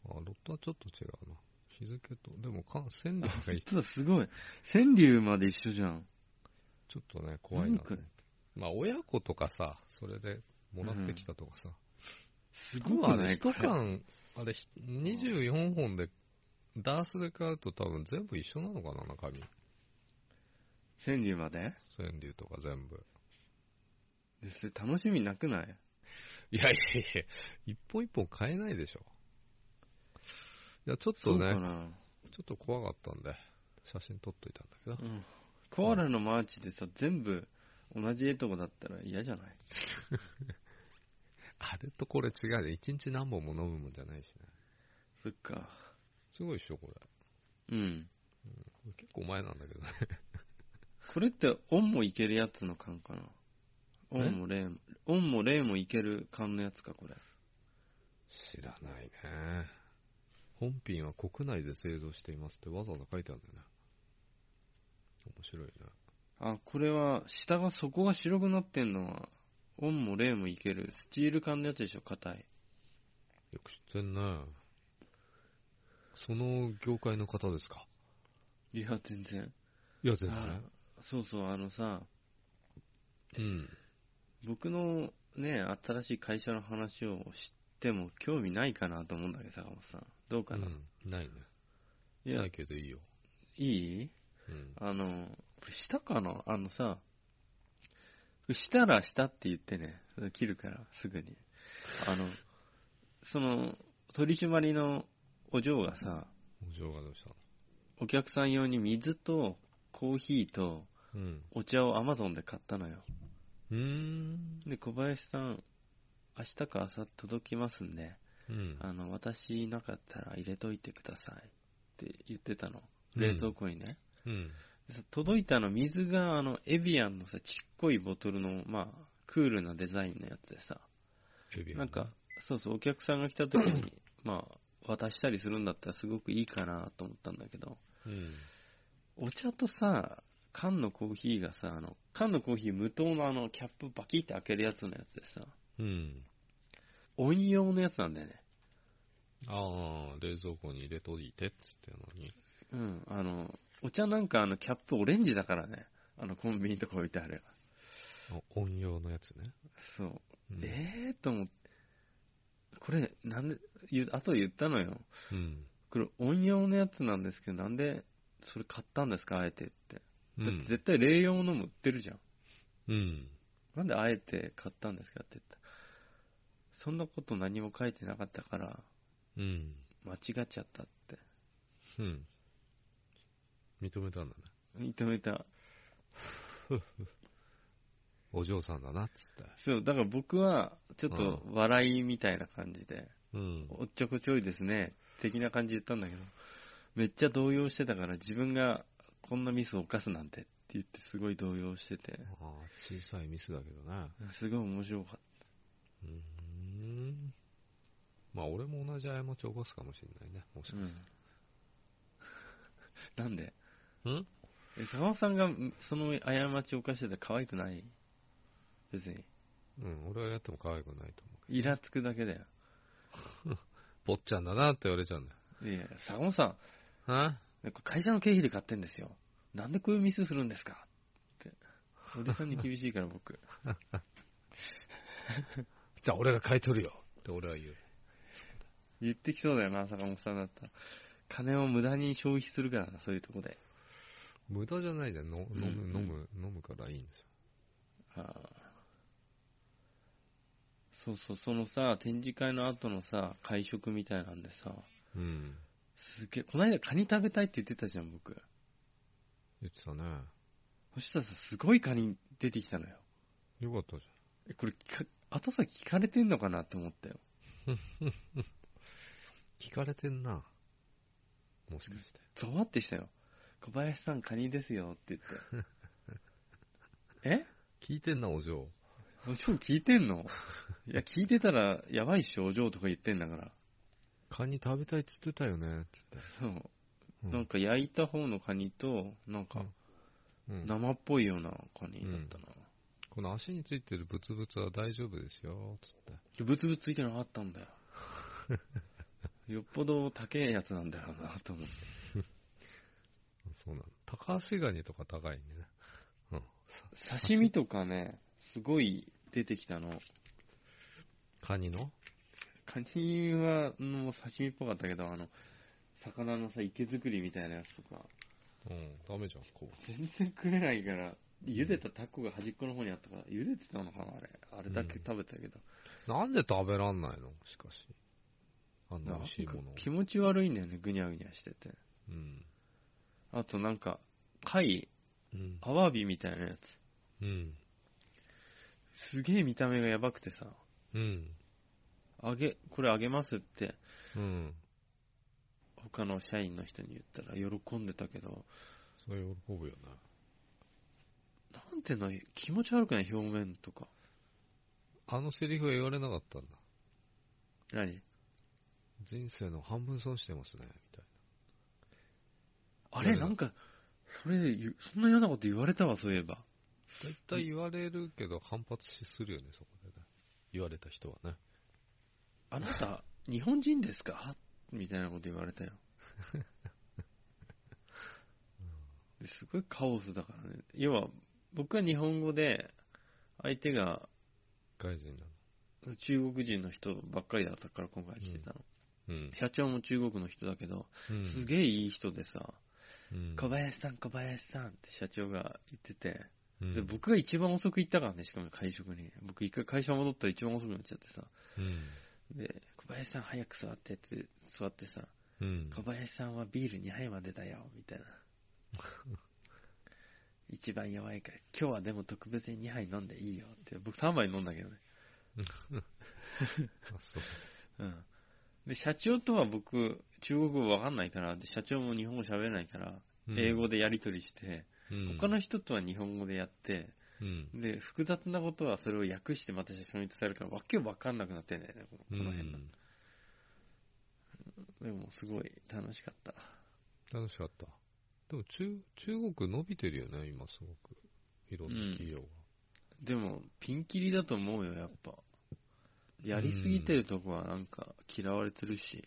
Speaker 2: あ、ロットはちょっと違うな。日付と、でもか、線量がい
Speaker 1: <laughs> ただすごい。川柳まで一緒じゃん。
Speaker 2: ちょっとね、怖いな
Speaker 1: 何これ。
Speaker 2: まあ、親子とかさ、それでもらってきたとかさ。
Speaker 1: す
Speaker 2: 多分
Speaker 1: ご
Speaker 2: あ
Speaker 1: く
Speaker 2: れ、
Speaker 1: ない
Speaker 2: 一缶、あれ、ひ24本で、ダースで買うと多分全部一緒なのかな、中身。
Speaker 1: 川柳まで
Speaker 2: 川柳とか全部。
Speaker 1: でそれ楽しみなくない
Speaker 2: いやいやいや、一本一本買えないでしょ。いや、ちょっと
Speaker 1: か
Speaker 2: ね、
Speaker 1: な。
Speaker 2: ちょっと怖かったんで、写真撮っといたんだけど。
Speaker 1: うん。コアラのマーチでさ、全部同じ絵とこだったら嫌じゃない
Speaker 2: あれとこれ違うで、一日何本も飲むもんじゃないしね。
Speaker 1: そっか。
Speaker 2: すごいっしょ、これ。こ
Speaker 1: うん。
Speaker 2: れ結構前なんだけどね。
Speaker 1: これって、オンもいけるやつの缶かなオンもレイも、オンもレイもいける缶のやつか、これ。
Speaker 2: 知らないね。本品は国内で製造していますってわざわざ書いてあるんだよね。面白いね。
Speaker 1: あ、これは、下が、底が白くなってんのは、オンもレイもいける、スチール缶のやつでしょ、硬い。
Speaker 2: よく知ってんね。その業界の方ですか
Speaker 1: いや、全然。
Speaker 2: いや、全
Speaker 1: あ
Speaker 2: 然。
Speaker 1: そうそう、あのさ、
Speaker 2: うん。
Speaker 1: 僕のね、新しい会社の話を知っても興味ないかなと思うんだけど、坂本さん。どうかな、
Speaker 2: うん、ないね。
Speaker 1: いや
Speaker 2: ない、けどいいよ。
Speaker 1: いい
Speaker 2: うん。
Speaker 1: あの、これしたかなあのさ、したらしたって言ってね、切るから、すぐに。あの、その、取り締まりのお嬢がさ、
Speaker 2: お嬢がどうしたの
Speaker 1: お客さん用に水とコーヒーと
Speaker 2: うん。
Speaker 1: お茶をアマゾンで買ったのよ。
Speaker 2: うーん。
Speaker 1: で、小林さん、明日か明後日届きますんで、
Speaker 2: うん。
Speaker 1: あの、私なかったら入れといてくださいって言ってたの。
Speaker 2: うん
Speaker 1: 冷蔵庫にね。
Speaker 2: うん。
Speaker 1: 届いたの水があのエビアンのさちっこいボトルのまあクールなデザインのやつでさ
Speaker 2: エビアンね
Speaker 1: なんかそうそうお客さんが来た時にまあ渡したりするんだったらすごくいいかなと思ったんだけど
Speaker 2: うん。
Speaker 1: お茶とさ缶のコーヒーがさあの缶のコーヒー無糖のあのキャップバキって開けるやつのやつでさ
Speaker 2: うん。
Speaker 1: 温用のやつなんだよね
Speaker 2: ああ、冷蔵庫に入れといてって言ってんのに。
Speaker 1: うんあのお茶なんかあのキャップオレンジだからねあのコンビニとか置いてある
Speaker 2: あ音用のやつね。
Speaker 1: そう
Speaker 2: うん、
Speaker 1: えーと思って、これ、なんで、言う後で言ったのよ。
Speaker 2: うん。
Speaker 1: これ、音用のやつなんですけど、なんで、それ買ったんですか、あえてって。だ
Speaker 2: う
Speaker 1: って
Speaker 2: ん。
Speaker 1: 絶対冷用のも売ってるじゃん。
Speaker 2: うん。
Speaker 1: なんであえて買ったんですかって言った。そんなこと何も書いてなかったから、
Speaker 2: うん。
Speaker 1: 間違っちゃったって。
Speaker 2: うん。認めたんだね。
Speaker 1: 認めた。
Speaker 2: お嬢さんだなっつって。
Speaker 1: そう、だから僕は、ちょっと笑いみたいな感じで、
Speaker 2: うん。
Speaker 1: おっちょこちょいですね、的な感じで言ったんだけど、めっちゃ動揺してたから、自分がこんなミスを犯すなんてって言って、すごい動揺してて、
Speaker 2: ああ、小さいミスだけどね。
Speaker 1: すごい面白かっ。
Speaker 2: うーん。まあ、俺も同じ過ちを起こすかもしれないね。もしたかし
Speaker 1: うん、 <laughs> なんで
Speaker 2: たら。ん
Speaker 1: え、坂本さんがんその過ちを犯してたら可愛くない別に。
Speaker 2: うん、俺はやっても可愛くないと思うけど。
Speaker 1: イラつくだけだよ。
Speaker 2: 坊っちゃんだなって言われちゃうんだよ。
Speaker 1: いや、坂本さん、
Speaker 2: は
Speaker 1: これ会社の経費で買ってんですよ。なんでこういうミスするんですかおじさんに厳しいから僕。
Speaker 2: じゃあ俺が買い取るよって俺は言う。
Speaker 1: 言ってきそうだよな、坂本さんだったら。金を無駄に消費するからな、そういうとこで。
Speaker 2: 無駄じゃないじゃん。の飲む、
Speaker 1: うん
Speaker 2: 飲む、飲むからいいんですよ。
Speaker 1: あーそうそう、そのさ、展示会の後のさ、会食みたいなんでさ、
Speaker 2: うん。
Speaker 1: すげえ、この間カニ食べたいって言ってたじゃん、僕。
Speaker 2: 言ってたね。
Speaker 1: そしたらさ、すごいカニ出てきたのよ。
Speaker 2: よかったじ
Speaker 1: えこれ聞か、後先聞かれてんのかなって思ったよ。
Speaker 2: ゃん。聞かれてんな。もしかして。
Speaker 1: ゾワってしたよ。小林さんカニですよって言って。え
Speaker 2: 聞いてんな、お嬢。
Speaker 1: お嬢聞いてんのいや、聞いてたらやばいっしょ、お嬢とか言ってんだから。
Speaker 2: カニ食べたいっつってたよね、つって。
Speaker 1: そう。
Speaker 2: うん
Speaker 1: なんか焼いた方のカニと、なんか
Speaker 2: うん
Speaker 1: 生っぽいようなカニだったな。
Speaker 2: この足についてるブツブツは大丈夫ですよ、つって。
Speaker 1: ブツブツついてなかったん
Speaker 2: <laughs>
Speaker 1: だよ。よっぽど高えやつなんだろうなと思って。
Speaker 2: そうなの。高橋ガニとか高いね。うん。さ
Speaker 1: 刺身とかね、すごい出てきたの。
Speaker 2: カニの
Speaker 1: カニは、もう刺身っぽかったけど、あの、魚のさ、池作りみたいなやつとか、
Speaker 2: うん、ダメじゃん、こう。
Speaker 1: 全然食えないから、茹でたタコが端っこの方にあったから、茹でてたのかな、あれ。あれだけ食べたけど。
Speaker 2: なんで食べらんないのしかし。あんな美味しいも
Speaker 1: な
Speaker 2: の
Speaker 1: んか。気持ち悪いんだよね、ぐにゃぐにゃしてて。
Speaker 2: うん。
Speaker 1: あとなんか、貝、
Speaker 2: うん。
Speaker 1: アワビみたいなや
Speaker 2: うん。
Speaker 1: つ。すげえ見た目がやばくてさ、
Speaker 2: うん。
Speaker 1: あげ、これあげますって、
Speaker 2: うん。
Speaker 1: 他の社員の人に言ったら喜んでたけど、
Speaker 2: それ喜ぶよな。
Speaker 1: なんていうの、気持ち悪くない表面とか。
Speaker 2: あのセリフは言われなかったんだ。
Speaker 1: 何
Speaker 2: 人生の半分損してますね、みたい
Speaker 1: あれ
Speaker 2: うん
Speaker 1: なんか、それゆ、そんなようなこと言われたわ、そういえば。
Speaker 2: な。だいたい言われるけど反発しするよね、そこでね。言われた人はね。
Speaker 1: あなた、日本人ですかみたいなこと言われた
Speaker 2: <laughs>
Speaker 1: よ。ですごいカオスだからね。要は、僕は日本語で、相手が
Speaker 2: 外人なの。
Speaker 1: 中国人の人ばっかりだったから今回来てたの。
Speaker 2: うん。
Speaker 1: 社長も中国の人だけど、
Speaker 2: うん
Speaker 1: すげえいい人でさ、
Speaker 2: うん
Speaker 1: 小林さん、小林さんって社長が言ってて、
Speaker 2: うん
Speaker 1: で、僕が一番遅く行ったからね、しかも会食に。僕一回会社戻ったら一番遅くなっちゃってさ、
Speaker 2: うん。
Speaker 1: で、小林さん早く座ってって、座ってさ、
Speaker 2: うん。
Speaker 1: 小林さんはビール2杯までだよ、み
Speaker 2: <laughs>
Speaker 1: たいな。一番弱いから、今日はでも特別に2杯飲んでいいよって。僕3杯飲んだけどね。
Speaker 2: あそう。
Speaker 1: うん。で、社長とは僕、中国語わかんないから、で社長も日本語喋れないから、
Speaker 2: うん
Speaker 1: 英語でやりとりして、
Speaker 2: うん
Speaker 1: 他の人とは日本語でやって、
Speaker 2: うん。
Speaker 1: で、複雑なことはそれを訳してまた社長に伝えるから、わけわかんなくなってんだよね、このこの辺の。でも、すごい楽しかった。
Speaker 2: 楽しかった。でも中、中国伸びてるよね、今すごく。いろんな企業が。
Speaker 1: でも、ピンキリだと思うよ、やっぱ。やりすぎてるとこはなんか嫌われてるし、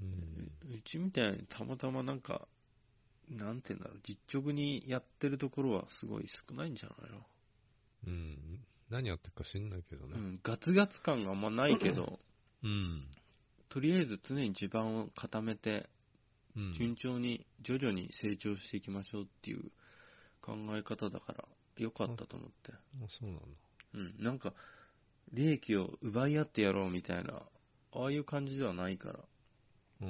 Speaker 2: うん。
Speaker 1: ううちみたいにたまたまなんか、なんて言うんだろう、実直にやってるところはすごい少ないんじゃないの、
Speaker 2: うん。何やってるか知んないけど
Speaker 1: う
Speaker 2: ね。
Speaker 1: ん、ガツガツ感があんまないけど、
Speaker 2: うん。
Speaker 1: とりあえず常に地盤を固めて、
Speaker 2: うん。
Speaker 1: 順調に、徐々に成長していきましょうっていう考え方だから、良かったと思って。
Speaker 2: あそうなんだ。
Speaker 1: うん、なんか、利益を奪い合ってやろうみたいな、ああいう感じではないから。
Speaker 2: うん。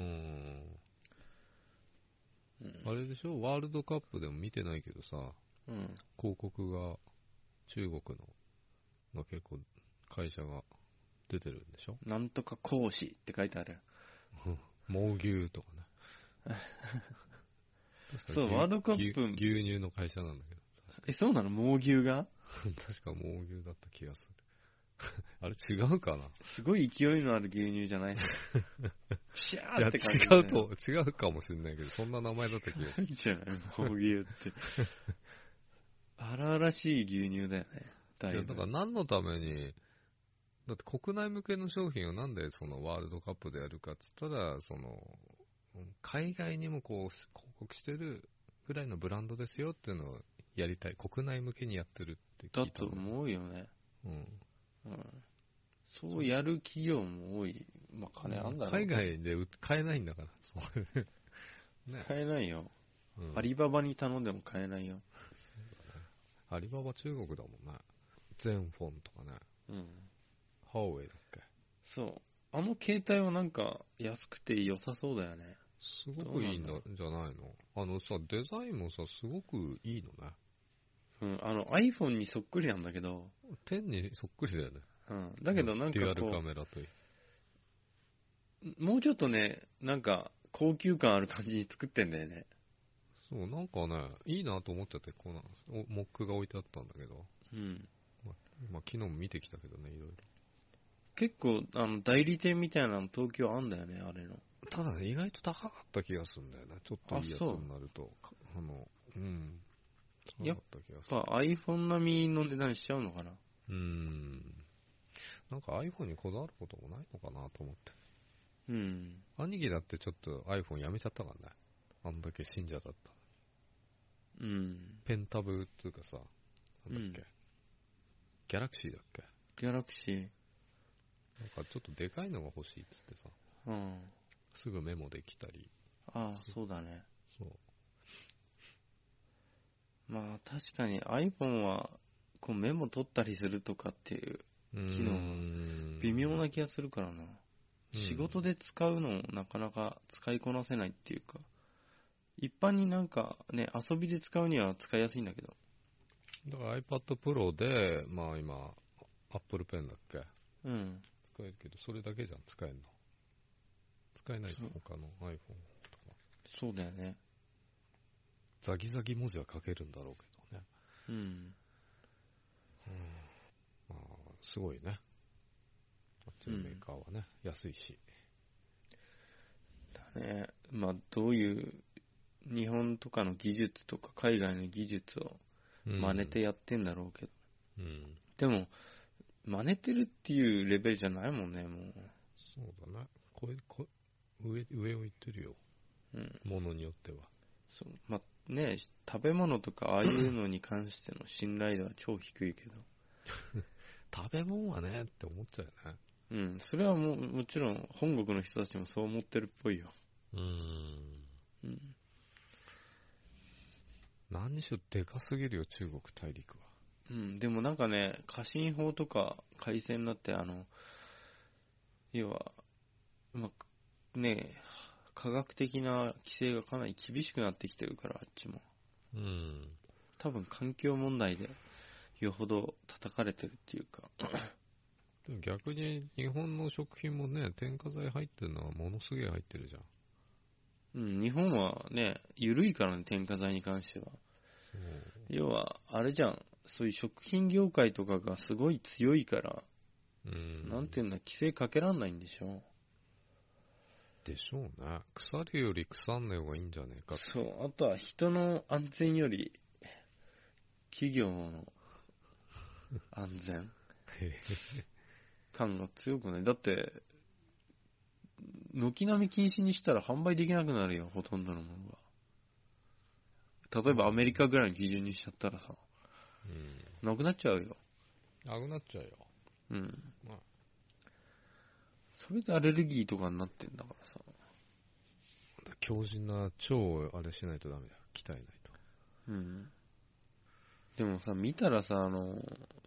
Speaker 1: うん
Speaker 2: あれでしょワールドカップでも見てないけどさ、
Speaker 1: うん。
Speaker 2: 広告が、中国の、が結構、会社が出てるんでしょ
Speaker 1: なんとか講師って書いてある。
Speaker 2: 猛牛とかね。確か
Speaker 1: そう
Speaker 2: 牛
Speaker 1: ワールドカップ
Speaker 2: 牛牛乳の会社なんだけど。 <laughs>
Speaker 1: え、そうなの猛牛が
Speaker 2: 確か猛牛だった気がする。 <laughs> あれ違うかな
Speaker 1: すごい勢いのある牛乳じゃ
Speaker 2: <laughs>
Speaker 1: ないのシャ
Speaker 2: い
Speaker 1: ー
Speaker 2: や、
Speaker 1: って感じ、
Speaker 2: 違う。と、違うかもしれないけど、そんな名前だった気がす
Speaker 1: なんじゃない猛牛って。荒々しい牛乳だよね。だ
Speaker 2: る。い
Speaker 1: い
Speaker 2: や、だから
Speaker 1: ぶ。
Speaker 2: 何のために、だって国内向けの商品をなんでそのワールドカップでやるかっつったら、その、海外にもこう、広告してるぐらいのブランドですよっていうのをやりたい。国内向けにやってるって聞
Speaker 1: だ
Speaker 2: いた
Speaker 1: と
Speaker 2: んだ
Speaker 1: 思うよね。
Speaker 2: うん。
Speaker 1: うん。そうやる企業も多い。まあ、金あんだろう
Speaker 2: 海
Speaker 1: けど
Speaker 2: 外で売買えないんだから。そ
Speaker 1: <laughs>
Speaker 2: うね。
Speaker 1: 買えないよ。
Speaker 2: うん
Speaker 1: アリババに頼んでも買えないよ。
Speaker 2: アリババ中国だもんね。ゼンフォンとかね。
Speaker 1: うん。
Speaker 2: ハーウェイだっけ。
Speaker 1: そう。あの携帯はなんか安くて良さそうだよね。
Speaker 2: すごくいいんだ
Speaker 1: どう
Speaker 2: じゃないのあのさ、デザインもさ、すごくいいのね。
Speaker 1: うん。あの iPhone にそっくりなんだけど、
Speaker 2: 天にそっくりだよね。
Speaker 1: うん。だけどなんか
Speaker 2: デュアルカ
Speaker 1: こ、
Speaker 2: メラといいう
Speaker 1: もうちょっとね、なんか高級感ある感じに作ってんだよね。
Speaker 2: そう、なんかね、いいなと思っちゃって、こうなんですおモックが置いてあったんだけど、
Speaker 1: うん。
Speaker 2: まあ昨日も見てきたけどね、いろいろ。
Speaker 1: 結構、あの、代理店みたいなの東京あんだよね、あれの。
Speaker 2: ただね、意外と高かった気がするんだよね。ちょっといいやつ
Speaker 1: あそう
Speaker 2: になると。かあの、うん。
Speaker 1: やっ
Speaker 2: 高かった気がする。
Speaker 1: やっぱ iPhone 並みの値段しちゃうのかな。
Speaker 2: うーん。なんか iPhone にこだわることもないのかなと思って。
Speaker 1: うん。
Speaker 2: 兄貴だってちょっと iPhone やめちゃったからね。あんだけ信者だった。
Speaker 1: うん。
Speaker 2: ペンタブっていうかさ、なんだっけ。
Speaker 1: うん
Speaker 2: ギャラクシーだっけ。
Speaker 1: ギャラクシー。
Speaker 2: なんかちょっとでかいのが欲しいっつってさ、
Speaker 1: うん。
Speaker 2: すぐメモできたり。
Speaker 1: ああ、そうだね。
Speaker 2: そう。
Speaker 1: まあ確かに iPhone はこうメモ取ったりするとかっていう機能
Speaker 2: 能
Speaker 1: 微妙な気がするからな、仕事で使うのをなかなか使いこなせないっていうか一般になんかね遊びで使うには使いやすいんだけど
Speaker 2: だから iPad Pro で、まあ今、Apple Pen だっけ
Speaker 1: うん
Speaker 2: 使えるけど、それだけじゃん、使えるの。使えないと
Speaker 1: そう
Speaker 2: 他の iPhone とか。
Speaker 1: そうだよね
Speaker 2: ザギザギ文字は書けるんだろうけどね。
Speaker 1: うん
Speaker 2: まあ、すごいね。あっちのメーカーはね、安いし。
Speaker 1: だねまあどういう日本とかの技術とか海外の技術を真似てやってんだろうけど、
Speaker 2: うん。
Speaker 1: でも真似てるっていうレベルじゃないもんねも
Speaker 2: そうだね。これこ上、上を言ってるよ。
Speaker 1: ううん
Speaker 2: ものによっては。
Speaker 1: そうまあね、食べ物とかああいうのに関しての信頼度は超低いけど、
Speaker 2: 食べ物はね、って思っちゃうよね。
Speaker 1: うん、それはもうもちろん本国の人たちもそう思ってるっぽいよ。
Speaker 2: うん。
Speaker 1: うん、
Speaker 2: 何しろでかすぎるよ、中国大陸は。
Speaker 1: うん、でもなんかね、過信法とか改正になって、あの、要は、まあ、ね、科学的な規制がかなり厳しくなってきてるから、あっちも。
Speaker 2: うん。
Speaker 1: 多分環境問題でよほど叩かれてるっていうか、
Speaker 2: でも逆に日本の食品もね、添加剤入ってるのはものすげえ入ってるじゃん。
Speaker 1: うん、日本はね、緩いからね、添加剤に関しては。要は、あれじゃん、そういう食品業界とかがすごい強いから、
Speaker 2: うん。
Speaker 1: なんていうんだ、規制かけらんないんでしょ。
Speaker 2: でしょうね。腐るより腐んない方がいいんじゃねえかって。
Speaker 1: そう、あとは人の安全より、企業の安全感が強くない。だって、軒並み禁止にしたら販売できなくなるよ、ほとんどのものが。例えばアメリカぐらいの基準にしちゃったらさ、
Speaker 2: うん。
Speaker 1: なくなっちゃうよ。
Speaker 2: なくなっちゃうよ。
Speaker 1: うん。
Speaker 2: まあ
Speaker 1: それでアレルギーとかになってんだからさ。
Speaker 2: 強靭な腸をあれしないとダメだ。鍛えないと。
Speaker 1: うん。でもさ、見たらさ、あの、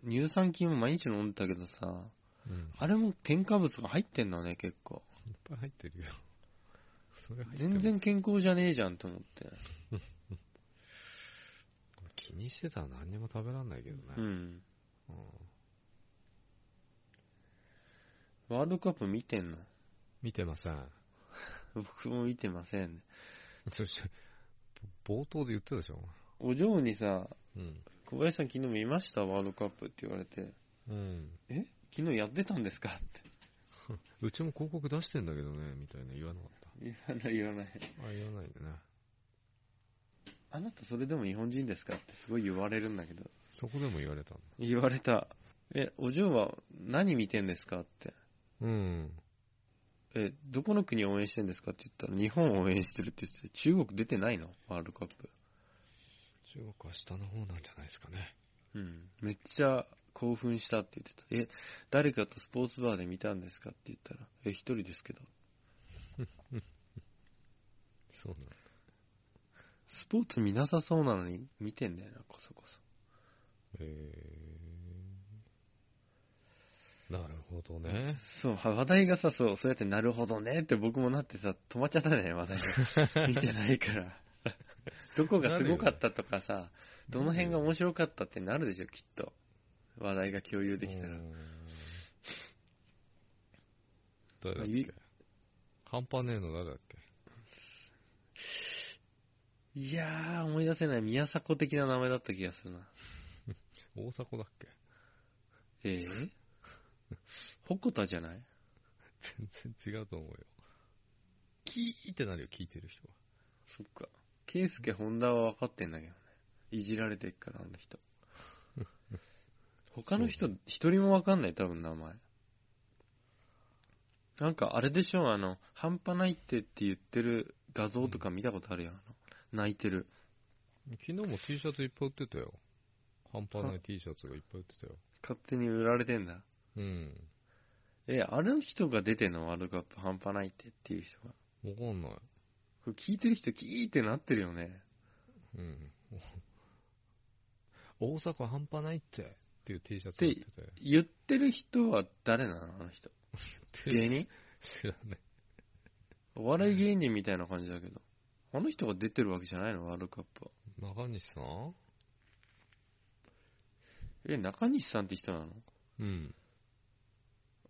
Speaker 1: 乳酸菌も毎日飲んでたけどさ、
Speaker 2: うん。いっ
Speaker 1: あれも添加物が入ってんだね、結構。
Speaker 2: ぱい入ってるよ。それ入って
Speaker 1: 全
Speaker 2: ます
Speaker 1: 然健康じゃねえじゃんと思って。
Speaker 2: 気にしてたら何にも食べらんないけどね。
Speaker 1: うん。
Speaker 2: うん
Speaker 1: ワールドカップ見てんの
Speaker 2: 見てません。
Speaker 1: 僕も見てません。
Speaker 2: そして、ぼ冒頭で言ってたでしょ。
Speaker 1: お嬢にさ、
Speaker 2: うん。
Speaker 1: 小林さん昨日見ましたワールドカップって言われて、
Speaker 2: うん。 <laughs>
Speaker 1: え昨日やってたんですかって。
Speaker 2: うちも広告出してんだけどね、みたいな言わなかった。
Speaker 1: 言わない言わない。
Speaker 2: あ、言わないんだね。
Speaker 1: あなたそれでも日本人ですかってすごい言われるんだけど。
Speaker 2: そこでも言われたの。
Speaker 1: 言われた。え、お嬢は何見てんですかって。
Speaker 2: うん。
Speaker 1: え、どこの国を応援してんですかって言ったら、日本を応援してるって言ってて、中国出てないのワールドカップ。
Speaker 2: 中中国は下の方なんじゃないですかね。
Speaker 1: うん。めっちゃ興奮したって言ってた。え、誰かとスポーツバーで見たんですかって言ったら、え、一人ですけど。
Speaker 2: そうなんだ。
Speaker 1: スポーツ見なさそうなのに見てんだよな、こそこそ。
Speaker 2: えー、なるほどね。
Speaker 1: そう、は話題がさ、そう、そうやってなるほどねって僕もなってさ、止まっちゃったんだよね、話 <laughs> 題が。見てないから。どこがすごかったとかさ、どの辺が面白かったってなるでしょ、きっと。話題が共有できたら
Speaker 2: うー。ん誰だ
Speaker 1: ま
Speaker 2: っ
Speaker 1: あゆ
Speaker 2: けカンパネーの誰だっけ
Speaker 1: いやー、思い出せない。宮迫的な名前だった気がするな。
Speaker 2: 大迫だっけ <laughs>
Speaker 1: えー、 <laughs> ほこたじゃない
Speaker 2: 全然違うと思うよ。キーってなるよ、聞いてる人は。
Speaker 1: そっか。ケイスケ・ホンダは分かってんだけどね。いじられてっから、あの人。他の人、一人も分かんない、多分名前。なんか、あれでしょ、あの、半端ないってって言ってる画像とか見たことあるやん。あの泣いてる。
Speaker 2: 昨日も T シャツいっぱい売ってたよ。半端ない T シャツがいっぱい売ってたよ。
Speaker 1: 勝手に売られてんだ。
Speaker 2: うん。
Speaker 1: え、あの人が出てんのワールドカップ半端ないってっていう人が。
Speaker 2: わかんない。
Speaker 1: これ聞いてる人、キーってなってるよね。
Speaker 2: うん。 <laughs> 大阪半端ないってっていう T シャツ売ってたよ。
Speaker 1: 言ってる人は誰なのあの人。芸人
Speaker 2: <laughs> 知らない。
Speaker 1: お笑い芸人みたいな感じだけど。あの人が出てるわけじゃないの、ワールドカップは。
Speaker 2: 中西さん
Speaker 1: え、中西さんって人なの
Speaker 2: うん。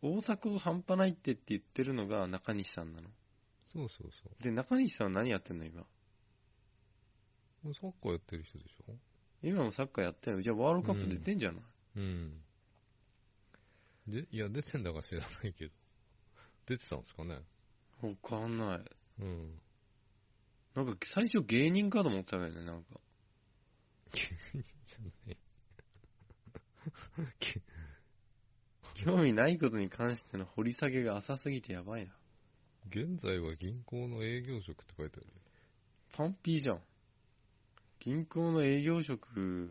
Speaker 1: 大阪を半端ないってって言ってるのが中西さんなの。
Speaker 2: そうそうそ
Speaker 1: で、中西さんは何やってんの今。
Speaker 2: う。サッカーやってる人でしょ
Speaker 1: 今もサッカーやってんのじゃあワールドカップ出てんじゃない、
Speaker 2: うん。で、いや、出てんだか知らないけど。出てたんですかね
Speaker 1: わかんない。
Speaker 2: うん。
Speaker 1: なんか最初芸人かと思ってたけどね、なんか。
Speaker 2: じゃない。け
Speaker 1: 興味ないことに関しての掘り下げが浅すぎてやばいな。
Speaker 2: 現在は銀行の営業職って書いてあるよ。
Speaker 1: パンピーじゃん。銀行の営業職っ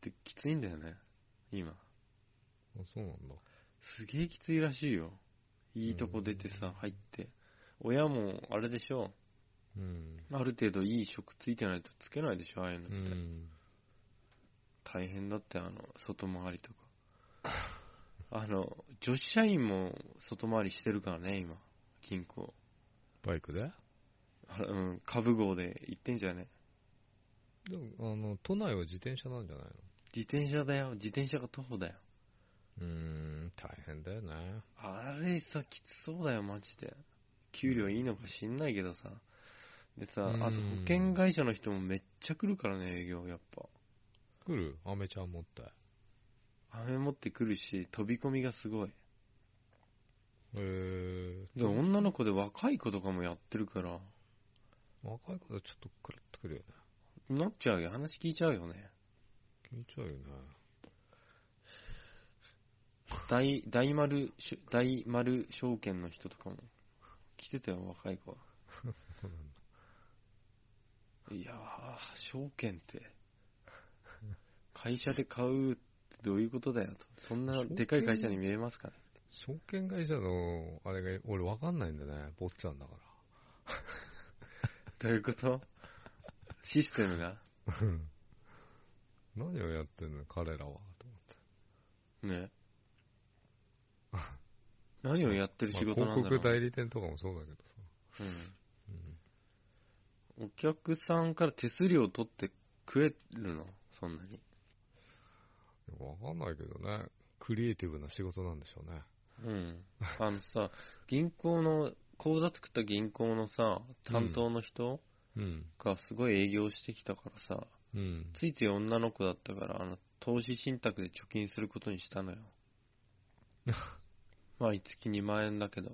Speaker 1: てきついんだよね、今。
Speaker 2: あ、そうなんだ。
Speaker 1: すげえきついらしいよ。いいとこ出てさ、入って。親も、あれでしょ。
Speaker 2: うん。
Speaker 1: ある程度いい職ついてないとつけないでしょ、ああいうのっ
Speaker 2: う
Speaker 1: て。
Speaker 2: ん。
Speaker 1: 大変だって、あの、外回りとか。あの、女子社員も外回りしてるからね、今。銀行。
Speaker 2: バイクで
Speaker 1: あうん、株号で行ってんじゃね。
Speaker 2: でもあの、都内は自転車なんじゃないの
Speaker 1: 自転車だよ、自転車が徒歩だよ。
Speaker 2: うーん、大変だよね。
Speaker 1: あれさ、きつそうだよ、マジで。給料いいのか知んないけどさ。でさ、
Speaker 2: うん
Speaker 1: あと保険会社の人もめっちゃ来るからね、営業、やっぱ。
Speaker 2: 来るアメちゃん持って。へ
Speaker 1: 飴持ってくるし、飛び込みがすごい。
Speaker 2: え
Speaker 1: で、女の子で若い子とかもやってるから、
Speaker 2: 若い子はちょっとくるってくるよね。
Speaker 1: なっちゃうよ、話聞いちゃうよね。
Speaker 2: 聞いちゃうよね。
Speaker 1: 大、大丸しゅ、大丸証券の人とかも来てたよ、若い子は。
Speaker 2: そうなんだ。
Speaker 1: いやー、証券って、会社で買うってどういうことだよと。そんなでかい会社に見えますかね。
Speaker 2: 証券会社の、あれが、俺わかんないんだね。坊ちゃんだか
Speaker 1: どういうことシステムが
Speaker 2: ら。何をやってんの彼らは。と思って。
Speaker 1: <laughs> ね。何をやってる仕事
Speaker 2: ま
Speaker 1: な
Speaker 2: あ
Speaker 1: んだろ
Speaker 2: 広
Speaker 1: う、
Speaker 2: 告代理店とかもそうだけどさ。
Speaker 1: うん。お客さんから手数料を取って食えるのそんなに。
Speaker 2: うん。わかんないけどね。クリエイティブな仕事なんでしょうね。
Speaker 1: うん。あのさ、銀行の、口座作った銀行のさ、担当の人
Speaker 2: うん。
Speaker 1: がすごい営業してきたからさ、
Speaker 2: うん。
Speaker 1: ついつい女の子だったから、あの、投資信託で貯金することに <laughs> したのよ。毎月2万円だけど、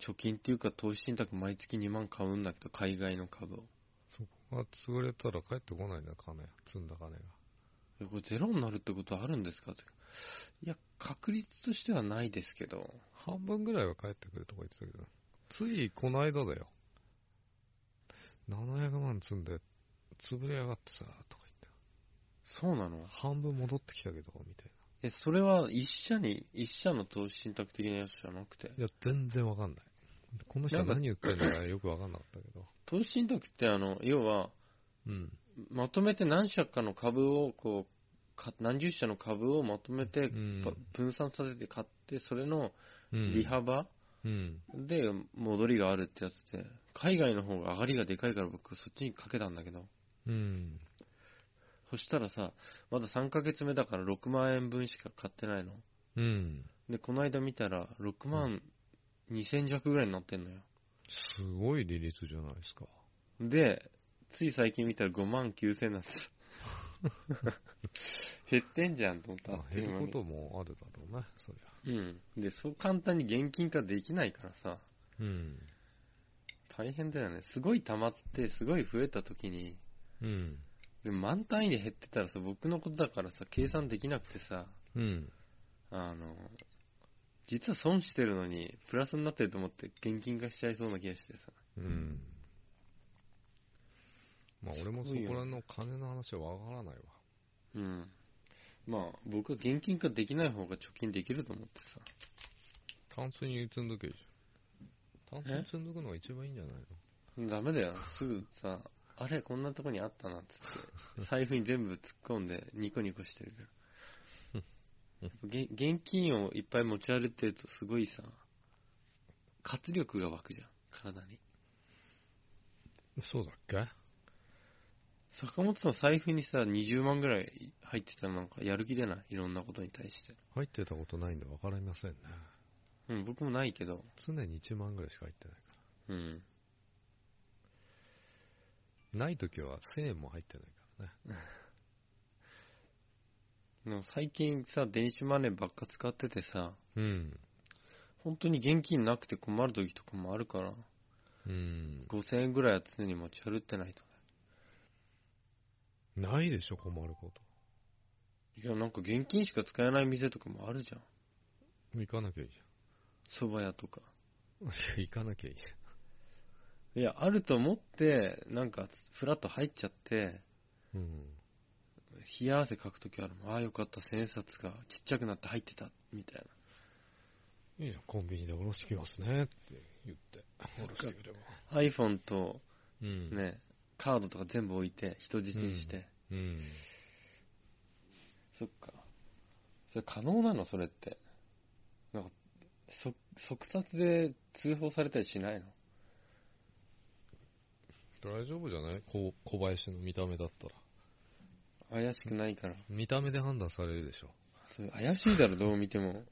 Speaker 1: 貯金っていうか投資信託毎月2万買うんだけど、海外の株を。
Speaker 2: そこが潰れたら帰ってこないんだ、金。積んだ金が。
Speaker 1: えこれゼロになるってことあるんですかって。いや、確率としてはないですけど、
Speaker 2: 半分ぐらいは帰ってくるとか言ってたけど、ついこの間だよ。700万積んで、潰れやがってさ、とか言っ
Speaker 1: そうなの
Speaker 2: て。半分戻ってきたけど、みたい
Speaker 1: え、それは一社に、一社の投資信託的なやつじゃなくて、
Speaker 2: な。いや、全然わかんない。この人は何言ってんのかよくわかんなかったけど。
Speaker 1: 投資信託ってあの、要は、
Speaker 2: うん。
Speaker 1: まとめて何社かの株をこうか何十社の株をまとめて
Speaker 2: うん
Speaker 1: ば分散させて買ってそれの
Speaker 2: うん。
Speaker 1: 利幅
Speaker 2: うん。
Speaker 1: で戻りがあるってやつで海外の方が上がりがでかいから僕そっちにかけたんだけど
Speaker 2: うん。
Speaker 1: そしたらさまだ3ヶ月目だから6万円分しか買ってないの
Speaker 2: うん。
Speaker 1: でこの間見たら6万2000弱ぐらいになってんのよ
Speaker 2: すごい利率じゃないですか。
Speaker 1: でつい最近見たら5万9000なんです <laughs> 減ってんじゃんと思った
Speaker 2: ま
Speaker 1: あ
Speaker 2: あ
Speaker 1: っという間
Speaker 2: 減る
Speaker 1: に
Speaker 2: こともあるだろうね、そりゃ。
Speaker 1: うん。で、そう簡単に現金化できないからさ、
Speaker 2: うん。
Speaker 1: 大変だよね。すごい溜まって、すごい増えた時に、
Speaker 2: うん。
Speaker 1: でも満単位で減ってたらさ、僕のことだからさ、計算できなくてさ、
Speaker 2: うん。
Speaker 1: あの、実は損してるのに、プラスになってると思って現金化しちゃいそうな気がしてさ。
Speaker 2: うん。まあ、俺も
Speaker 1: す
Speaker 2: そ
Speaker 1: ごいよね
Speaker 2: こらの金の話はわからないわ。
Speaker 1: うん。まあ、僕は現金化できない方が貯金できると思ってさ。
Speaker 2: タンスに積んどけじゃん。タンスに積んどくのが一番いいんじゃないの
Speaker 1: ダメだよ。すぐさ、あれ、こんなとこにあったなっつって、財布に全部突っ込んでニコニコしてる <laughs> から。やっぱげ現金をいっぱい持ち歩いてるとすごいさ、活力が湧くじゃん、体に。
Speaker 2: そうだっけ
Speaker 1: 坂本さん財布にさ、20万ぐらい入ってたらなんかやる気出ないいろんなことに対して。
Speaker 2: 入ってたことないんでわかりませんね。
Speaker 1: うん、僕もないけど。
Speaker 2: 常に1万ぐらいしか入ってないか
Speaker 1: うん。
Speaker 2: ら。ないときは1000円も入ってないからね。
Speaker 1: でも最近さ、電子マネーばっか使っててさ、
Speaker 2: うん。
Speaker 1: 本当に現金なくて困る時とかもあるから、
Speaker 2: うん。
Speaker 1: 5000円ぐらいは常に持ち歩いてないと。
Speaker 2: ないでしょ、困るこ
Speaker 1: いや、なんか現金しか使えない店とかもあるじゃん。
Speaker 2: と。行かなきゃいいじ
Speaker 1: 蕎麦屋とか。
Speaker 2: ゃん。い <laughs> や、行かなきゃいいじ
Speaker 1: いや、あると思って、なんか、ふらっと入っちゃって、
Speaker 2: ゃん。うん。
Speaker 1: 冷や汗かくときあるもん。ああ、よかった、千円札がちっちゃくなって入ってた、みたいな。
Speaker 2: いいじゃん、コンビニでおろしてきますねって言って。おろしてくれば。
Speaker 1: iPhone と
Speaker 2: うん。
Speaker 1: ね、カードとか全部置いて、人質にして。
Speaker 2: うん。
Speaker 1: そっか。それ可能なのそれって。なんか、そ、即殺で通報されたりしないの
Speaker 2: 大丈夫じゃないこう小林の見た目だったら。
Speaker 1: 怪しくないから。
Speaker 2: 見た目で判断されるでしょ。
Speaker 1: それ怪しいだろ、どう見ても。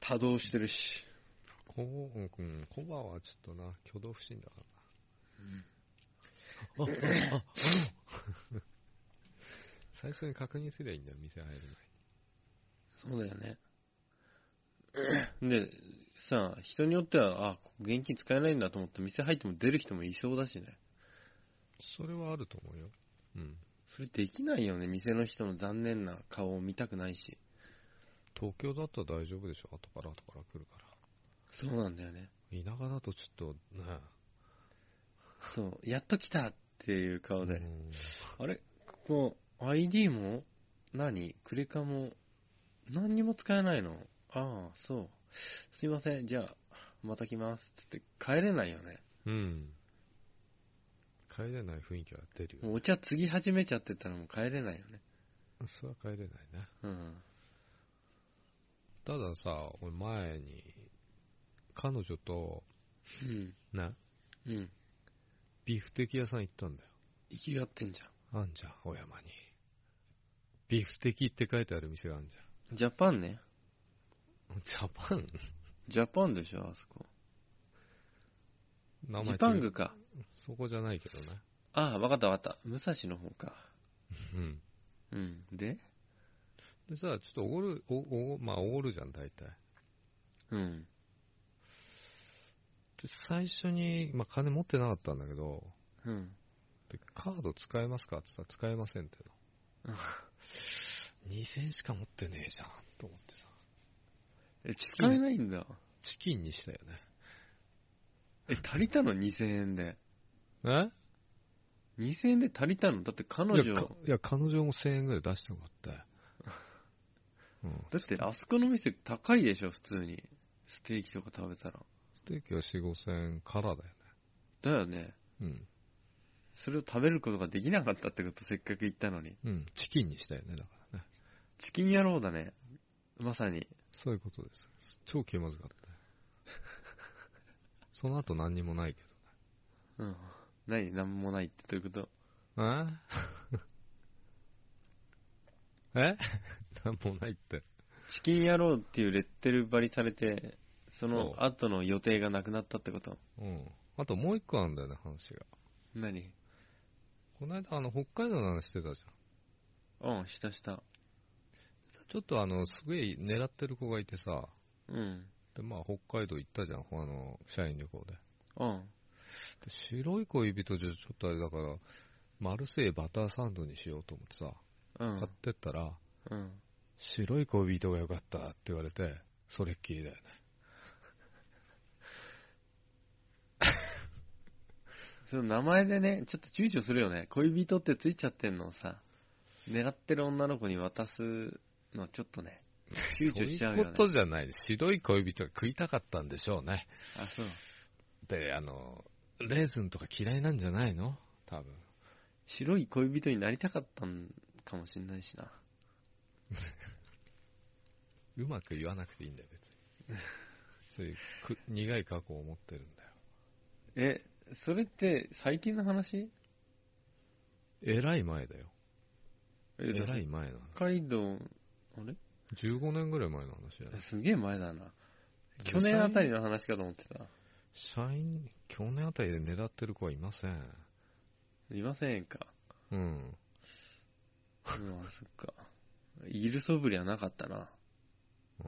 Speaker 1: 多動してるし。
Speaker 2: こう、うんうん、コバはちょっとな、挙動不審だからな。あ、あ、あ、あの最初に確認すりゃいいんだよ、店入る
Speaker 1: そうだよね。で、さ、人によっては、あ、ここ現金使えないんだと思って、店入っても出る人もいそうだしね。
Speaker 2: 前。それはあると思うよ。うん。
Speaker 1: それできないよね、店の人の残念な顔を見たくないし。
Speaker 2: 東京だったら大丈夫でしょ、後から後から来るから。
Speaker 1: そうなんだよね。
Speaker 2: 田舎だとちょっとね、
Speaker 1: そう、やっと来たっていう顔で。
Speaker 2: うん
Speaker 1: あれここ、ID も何クレカも何にも使えないのああ、そう。すいません、じゃあ、また来ます。つって帰れないよね。
Speaker 2: うん。帰れない雰囲気は出るよ。
Speaker 1: もうお茶継ぎ始めちゃってたらもう帰れないよね。
Speaker 2: それは帰れないね。
Speaker 1: うん。
Speaker 2: たださ、俺前に、彼女と、
Speaker 1: うん。
Speaker 2: ね、
Speaker 1: うん。
Speaker 2: ビーフテキ屋さん行ったんだよ。
Speaker 1: 生きがってんじ
Speaker 2: あんじゃん、お山に。ビーフテキって書いてある店があんじ
Speaker 1: ゃん。ジャパンね。
Speaker 2: ゃん。ジャパン
Speaker 1: ジャパンでしょ、あそこ。
Speaker 2: 名
Speaker 1: ジ
Speaker 2: 前
Speaker 1: パングか。
Speaker 2: そこじゃないけどね。
Speaker 1: ああ、わかったわかった。武蔵の方か。
Speaker 2: うん。
Speaker 1: うん。で
Speaker 2: でさ、ちょっとおごる、お、お、まあおごるじゃん、大体。
Speaker 1: うん。
Speaker 2: で、最初に、まあ金持ってなかったんだけど、
Speaker 1: うん。
Speaker 2: でカード使えますかって言ったら使えませんっていうの。2000しか持ってねえじゃん、と思ってさ。
Speaker 1: え、使えないんだ。
Speaker 2: チキンにしたよね。
Speaker 1: え、足りたの ?2000 円で。
Speaker 2: え
Speaker 1: 2000円で足りたのだって彼女、
Speaker 2: いや、
Speaker 1: だ
Speaker 2: かいや彼女も1000円ぐらい出してもらって。うん。
Speaker 1: ってあそこの店高いでしょ、普通に。ステーキとか食べたら。
Speaker 2: ステーキは4、5000円からだよね。
Speaker 1: だよね。
Speaker 2: うん。
Speaker 1: それを食べることができなかったってこと、せっかく行ったのに。
Speaker 2: うん。チキンにしたよね、だからね。
Speaker 1: チキン野郎だね。まさに。
Speaker 2: そういうことです。超気まずかったね。その後何にもないけ
Speaker 1: うん。ない、なんもないってどういうこと
Speaker 2: どね。え <laughs> え何もないって。
Speaker 1: チキン野郎っていうレッテル張りされて、そ
Speaker 2: そう
Speaker 1: の後の予定がなくなったってこと
Speaker 2: うん。あともう一個あるんだよね、話が。
Speaker 1: 何
Speaker 2: この間、あの、北海道の話してたじゃん。
Speaker 1: うん、したした。
Speaker 2: ちょっとあの、すごい狙ってる子がいてさ、
Speaker 1: うん。
Speaker 2: で、まあ、北海道行ったじゃん、ほあの、社員旅行で。で
Speaker 1: うん。
Speaker 2: 白い恋人じゃちょっとあれだから、マルセイバターサンドにしようと思ってさ、
Speaker 1: う
Speaker 2: 買っ
Speaker 1: ん。
Speaker 2: てったら、
Speaker 1: うん。
Speaker 2: 白い恋人が良かったって言われて、それっきりだよね。
Speaker 1: その名前でね、ちょっと躊躇するよね。恋人ってついちゃってんのをさ、狙ってる女の子に渡すのちょっとね、躊躇しちゃう
Speaker 2: そ
Speaker 1: よ
Speaker 2: ういうこ
Speaker 1: ね。
Speaker 2: とじゃない。白い恋人が食いたかったんでしょうね。
Speaker 1: あ、そう。
Speaker 2: で、あの、レーズンとか嫌いなんじゃないの多分。
Speaker 1: 白い恋人になりたかったんかもしんないしな。
Speaker 2: うまく言わなくていいんだよ、別に。
Speaker 1: <laughs>
Speaker 2: そういうく苦い過去を持ってるんだよ。
Speaker 1: え、それって最近の話
Speaker 2: えらい前だよ。
Speaker 1: え
Speaker 2: えらい前なの。
Speaker 1: 北海道、あれ
Speaker 2: 15年ぐらい前の話だよ
Speaker 1: え。すげえ前だな。去年あたりの話かと思ってた。
Speaker 2: 社員。社員、去年あたりで狙ってる子はいません。
Speaker 1: いませんか。
Speaker 2: うん。
Speaker 1: うん、そっか。いるそぶりはなかったな。
Speaker 2: うん。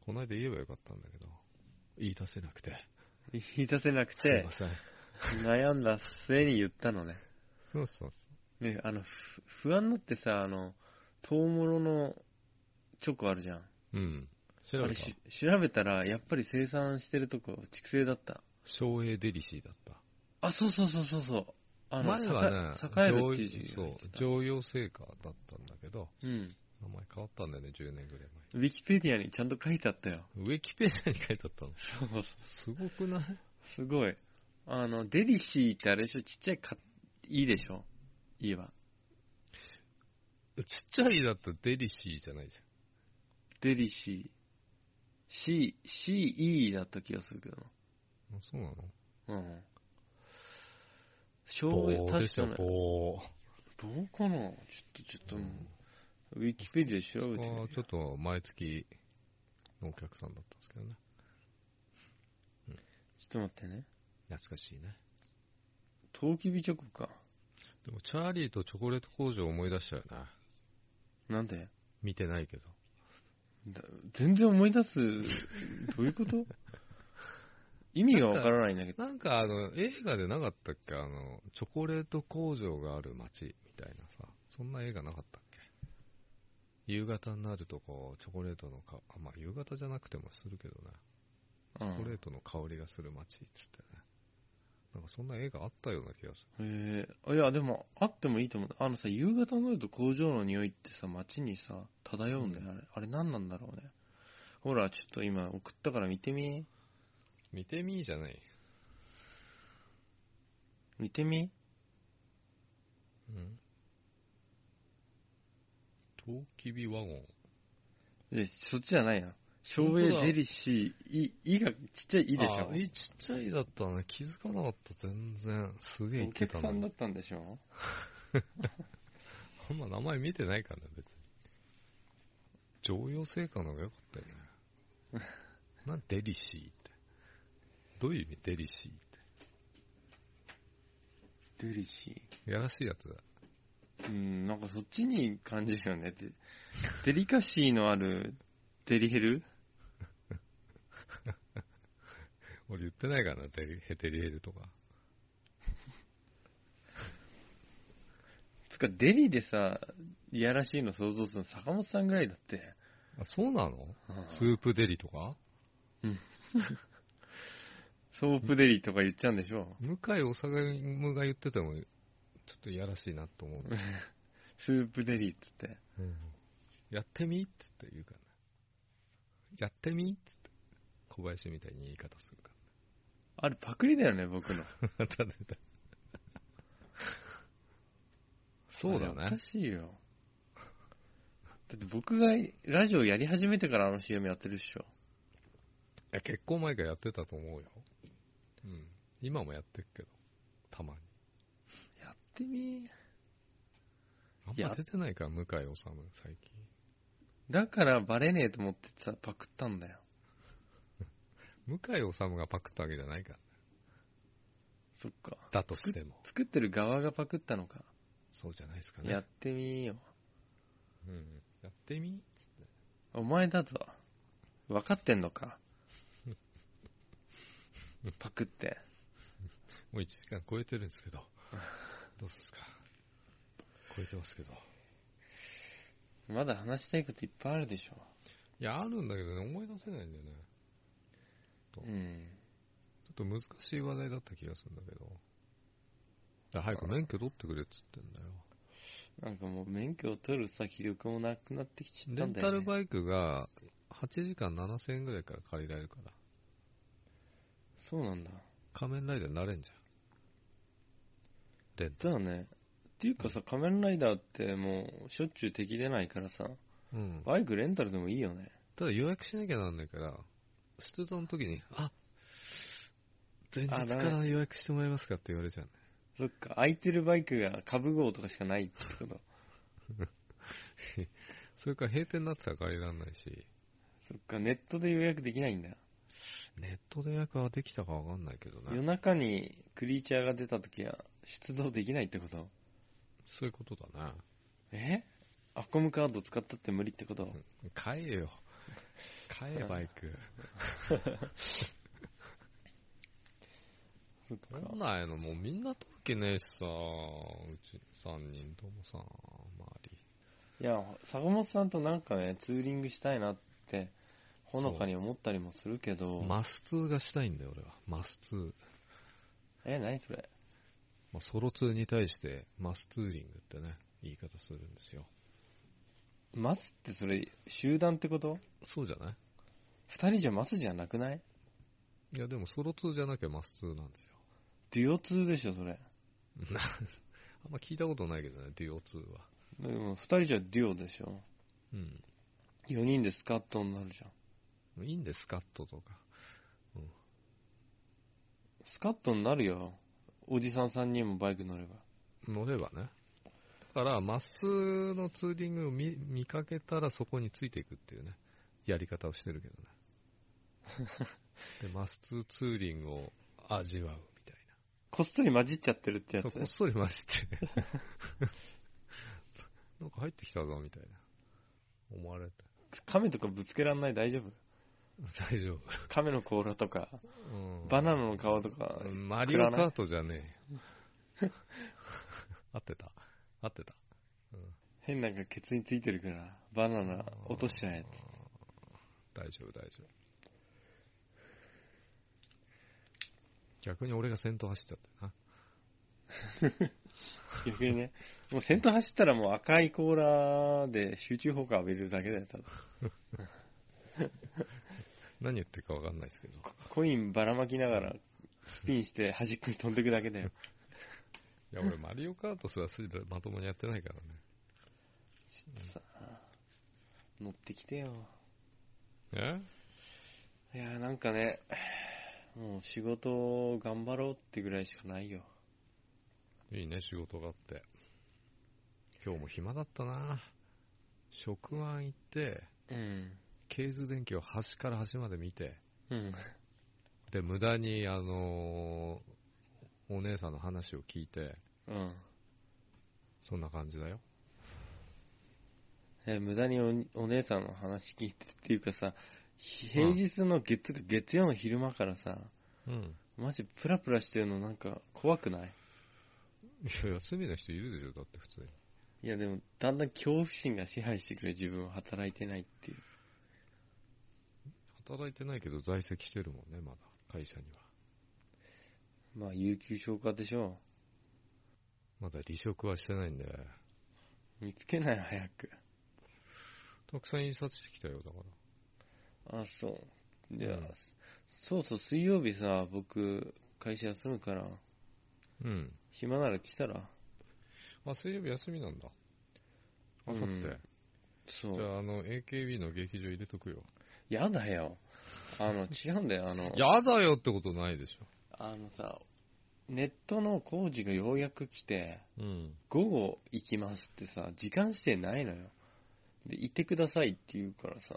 Speaker 2: こないだ言えばよかったんだけど、言い出せなくて。
Speaker 1: 言い出せなく
Speaker 2: すい
Speaker 1: て
Speaker 2: ま、せん。
Speaker 1: 悩んだ末に言ったのね。
Speaker 2: そうそう
Speaker 1: ね、あの、ふ不安になってさ、あの、トウモロのチョコあるじゃん。
Speaker 2: そう。うん。調
Speaker 1: あ
Speaker 2: べ
Speaker 1: れ
Speaker 2: た。
Speaker 1: し調べたら、やっぱり生産してるとこ、畜生だった。
Speaker 2: 省エデリシーだった。
Speaker 1: あ、そうそうそうそうそう。あの、
Speaker 2: 前はね、
Speaker 1: 栄栄えるっ
Speaker 2: 常
Speaker 1: ていう
Speaker 2: 用
Speaker 1: 字
Speaker 2: そ
Speaker 1: が
Speaker 2: う
Speaker 1: 入って、た
Speaker 2: 常用成果だったんだけど、
Speaker 1: うん。
Speaker 2: 名前変わったんだよね、10年ぐらい
Speaker 1: ウィキペディアにちゃんと書いてあったよ。
Speaker 2: 前。ウィキペディアに書いてあったの。
Speaker 1: そう。
Speaker 2: すごくない
Speaker 1: すごい。あの、デリシーってあれでしょちっちゃいか、いいでしょいいわ。
Speaker 2: ちっちゃいだったらデリシーじゃないじ
Speaker 1: デリシー。C、CE だった気がするけど
Speaker 2: ゃん。あそうなの
Speaker 1: な。うん。醤油、
Speaker 2: 棒で
Speaker 1: 確
Speaker 2: すよ
Speaker 1: か、に。
Speaker 2: 棒。
Speaker 1: どうかなちょっと、ちょっともう、ウィキペディアで調べてみ
Speaker 2: あ
Speaker 1: る
Speaker 2: ーちょっと毎月のお客さんだったんですけどね。
Speaker 1: ちょっと待ってね。
Speaker 2: 懐かしいね。
Speaker 1: トウキビチョコか。
Speaker 2: でも、チャーリーとチョコレート工場を思い出したよね。
Speaker 1: なんで
Speaker 2: 見てないけど。
Speaker 1: だ全然思い出す、 <laughs> どういうこと意味がわからないんだけど。
Speaker 2: なんかあの、映画でなかったっけあの、チョコレート工場がある街みたいなさ。そんな映画なかったっけ夕方になるとこう、チョコレートのか、あまあ夕方じゃなくてもするけどね。
Speaker 1: う
Speaker 2: チョコレー
Speaker 1: ん、
Speaker 2: トの香りがする街っつってね。なんかそんな映画あったような気がす
Speaker 1: えー、いや、でも、あってもいいと思う。あのさ、夕方になると工場の匂いってさ、街にさ、漂うんだよ、あれ。あれ何なんだろうね。ほら、ちょっと今送ったから見てみ。
Speaker 2: る。見てみーじゃない。
Speaker 1: 見てみ。
Speaker 2: うん。トウキビワゴン。
Speaker 1: え、そっちじゃないよ。省エ
Speaker 2: 本当だ
Speaker 1: デリシー、い、いがちっちゃいいでし
Speaker 2: あ
Speaker 1: ょ。
Speaker 2: いちっちゃいだったね。気づかなかった、全然。すげえ言
Speaker 1: お
Speaker 2: って
Speaker 1: 客
Speaker 2: た
Speaker 1: さ
Speaker 2: の
Speaker 1: んだ
Speaker 2: に。
Speaker 1: ったんでしょ
Speaker 2: あんま名前見てないからね、別に。常用成果の方が良かったよね。
Speaker 1: <laughs>
Speaker 2: なんデリシーって。どういう意味デリシーっ
Speaker 1: デリシー。
Speaker 2: て。やらしいやつだ。
Speaker 1: うん、なんかそっちに感じるよね。で <laughs> デリカシーのあるデリヘル
Speaker 2: 俺言ってないからな、デリヘデリヘルとか。
Speaker 1: つか、デリでさ、いやらしいの想像するの坂本さんぐらいだって。
Speaker 2: あ、そうなの
Speaker 1: うん
Speaker 2: スープデリとか
Speaker 1: うんソープデリとか言っちゃうんでしょ
Speaker 2: 向井治が言ってても、ちょっといやらしいなと思う。
Speaker 1: スープデリっつって。
Speaker 2: やってみっつって言うからね。やってみっつって。小林みたいに言い方するか
Speaker 1: あれパクリだよね、僕の。
Speaker 2: ら。 <laughs> ただただそ
Speaker 1: あ
Speaker 2: うだ
Speaker 1: れおか
Speaker 2: ね。
Speaker 1: しいよ。だって僕がラジオやり始めてからあの CM やってるっしょ。
Speaker 2: いや結構前からやってたと思うよ。うん。今もやってるけど、たまに。
Speaker 1: やってみ
Speaker 2: あん
Speaker 1: い
Speaker 2: ま
Speaker 1: や
Speaker 2: 出てないから、向井治、最近。
Speaker 1: だからバレねえと思ってさ、パクったんだよ。
Speaker 2: 向井治がパクったわけじゃないからね。
Speaker 1: そっか。
Speaker 2: だとしても。
Speaker 1: 作ってる側がパクったのか。
Speaker 2: そうじゃないですかね。
Speaker 1: やってみよ。
Speaker 2: うん、やってみ
Speaker 1: お前だぞ。分かってんの
Speaker 2: <laughs>
Speaker 1: か。パクって。
Speaker 2: もう1時間超えてるんです <laughs> けど。どうですか超えてますけど。
Speaker 1: まだ話したいこといっぱいあるでしょ。
Speaker 2: いや、あるんだけどね、思い出せないんだよね。
Speaker 1: うん。
Speaker 2: ちょっと難しい話題だった気がするんだけど。あ早く免許取ってくれっつってんだよ。
Speaker 1: なんかもう免許を取るさ、気力もなくなってきちゃった
Speaker 2: レ
Speaker 1: ん
Speaker 2: ン
Speaker 1: だ
Speaker 2: タ
Speaker 1: よ、ね。
Speaker 2: ルバイクが8時間7000円ぐらいから借りられるから。
Speaker 1: そうなんだ。
Speaker 2: 仮面ライダーになれんじゃん。レンタ
Speaker 1: だ
Speaker 2: ル。
Speaker 1: よね。っていうかさ、仮面ライダーってもうしょっちゅう敵出ないからさ、
Speaker 2: うん。
Speaker 1: バイクレンタルでもいいよね。
Speaker 2: ただ予約しなきゃなんないから、出動の時に、あ前日から予約してもらえますかって言われちゃうね。
Speaker 1: そっか、空いてるバイクが株号とかしかないってこと。
Speaker 2: それから閉店になってたら借りらんないし、
Speaker 1: そっか、ネットで予約できないんだ。
Speaker 2: ネットで予約はできたかわかんないけど
Speaker 1: 夜
Speaker 2: ね。
Speaker 1: 中にクリーチャーが出た時は出動できないってこと
Speaker 2: そういうことだな。
Speaker 1: えアコムカード使ったって無理ってこと
Speaker 2: 買えよ。買え、バイク。
Speaker 1: そっか
Speaker 2: 取んないの、もうみんな取る気ねえしさ、うち3人ともさ、周り。
Speaker 1: いや、坂本さんとなんかね、ツーリングしたいなって、ほのかに思ったりもするけど、
Speaker 2: マス2がしたいんだよ、俺は。マス2。
Speaker 1: え、何それ
Speaker 2: まあ、ソロ2に対して、マスツーリングってね、言い方するんですよ。
Speaker 1: マスってそれ、集団ってこと
Speaker 2: そうじゃない
Speaker 1: 二人じゃマスじゃなくない
Speaker 2: いや、でもソロ2じゃなきゃマス2なんですよ。 <laughs>
Speaker 1: デュオ2でしょ、それ。
Speaker 2: あんま聞いたことないけどね、デュオ2は。
Speaker 1: でも、二人じゃデュオでしょ。
Speaker 2: うん。
Speaker 1: 四人でスカットになるじゃん。
Speaker 2: いいんです、スカットとか。
Speaker 1: スカットになるよ。おじさん三人もバイク乗れば。
Speaker 2: 乗ればね。だから、マス2のツーリングを見見かけたらそこについていくっていうね、やり方をしてるけどね。で、マス2ツーリングを味わうみたい
Speaker 1: こっそり混じっちゃってるってや
Speaker 2: な。そ
Speaker 1: つ
Speaker 2: うこっそりまして。なんか入ってきたぞ、みたいな。思われた。
Speaker 1: 亀とかぶつけらんない大丈夫
Speaker 2: 大丈夫。
Speaker 1: 亀の甲羅とか、
Speaker 2: うん
Speaker 1: バナナの皮とか、
Speaker 2: マリオカートじゃねえよ。
Speaker 1: <laughs>
Speaker 2: 合ってた合ってた。
Speaker 1: 変なんかケツについてるから、バナナ落としちゃえっつって。
Speaker 2: 大丈夫、大丈夫。逆に俺が先頭走っちゃってな。
Speaker 1: 逆にね、もう先頭走ったらもう赤いコーラで集中砲火浴びるだけだよ、多分
Speaker 2: 何言ってるか分かんないですけど。
Speaker 1: コインばらまきながらスピンして端っこに飛んでくだけだよ。
Speaker 2: いや、俺マリオカートすらすらまともにやってないからね。
Speaker 1: さあ乗ってきてよ。
Speaker 2: え
Speaker 1: いやーなんかね、もう仕事を頑張ろうってぐらいしかないよ。
Speaker 2: いいね、仕事があって。今日も暇だったな。食案行って、
Speaker 1: うん。
Speaker 2: ケーズ電機を端から端まで見て、
Speaker 1: うん。
Speaker 2: で、無駄に、あのーお姉さんの話を聞いて、
Speaker 1: うん。
Speaker 2: そんな感じだよ。
Speaker 1: えー無駄におお姉さんの話聞いてっていうかさ、平日の月、月曜の昼間からさ、
Speaker 2: うん。
Speaker 1: マジプラプラしてるのなんか怖くない
Speaker 2: いや、休みの人いるでしょ、だって普通に。
Speaker 1: いやでも、だんだん恐怖心が支配してくる自分は働いてないっていう。
Speaker 2: 働いてないけど在籍してるもんね、まだ、会社には。
Speaker 1: まあ、有給消化でしょ
Speaker 2: まだ離職はしてないんで、
Speaker 1: う。見つけない、早く。
Speaker 2: たくさん印刷してきたよ、だから。
Speaker 1: あ、そう。じゃあ、
Speaker 2: うん
Speaker 1: そうそう、水曜日さ、僕、会社休むから、
Speaker 2: うん。
Speaker 1: 暇なら来たら。
Speaker 2: あ、水曜日休みなんだ。あさっ
Speaker 1: うん
Speaker 2: て。
Speaker 1: そ
Speaker 2: じゃ
Speaker 1: う。
Speaker 2: あ、あの、AKB の劇場入れとくよ。
Speaker 1: やだよ。あ
Speaker 2: <laughs>
Speaker 1: の、違うんだよ、あの、
Speaker 2: やだよってことないでしょ。
Speaker 1: あのさ、ネットの工事がようやく来て、
Speaker 2: うん。
Speaker 1: 午後行きますってさ、時間指定ないのよ。で、行ってくださいって言うからさ、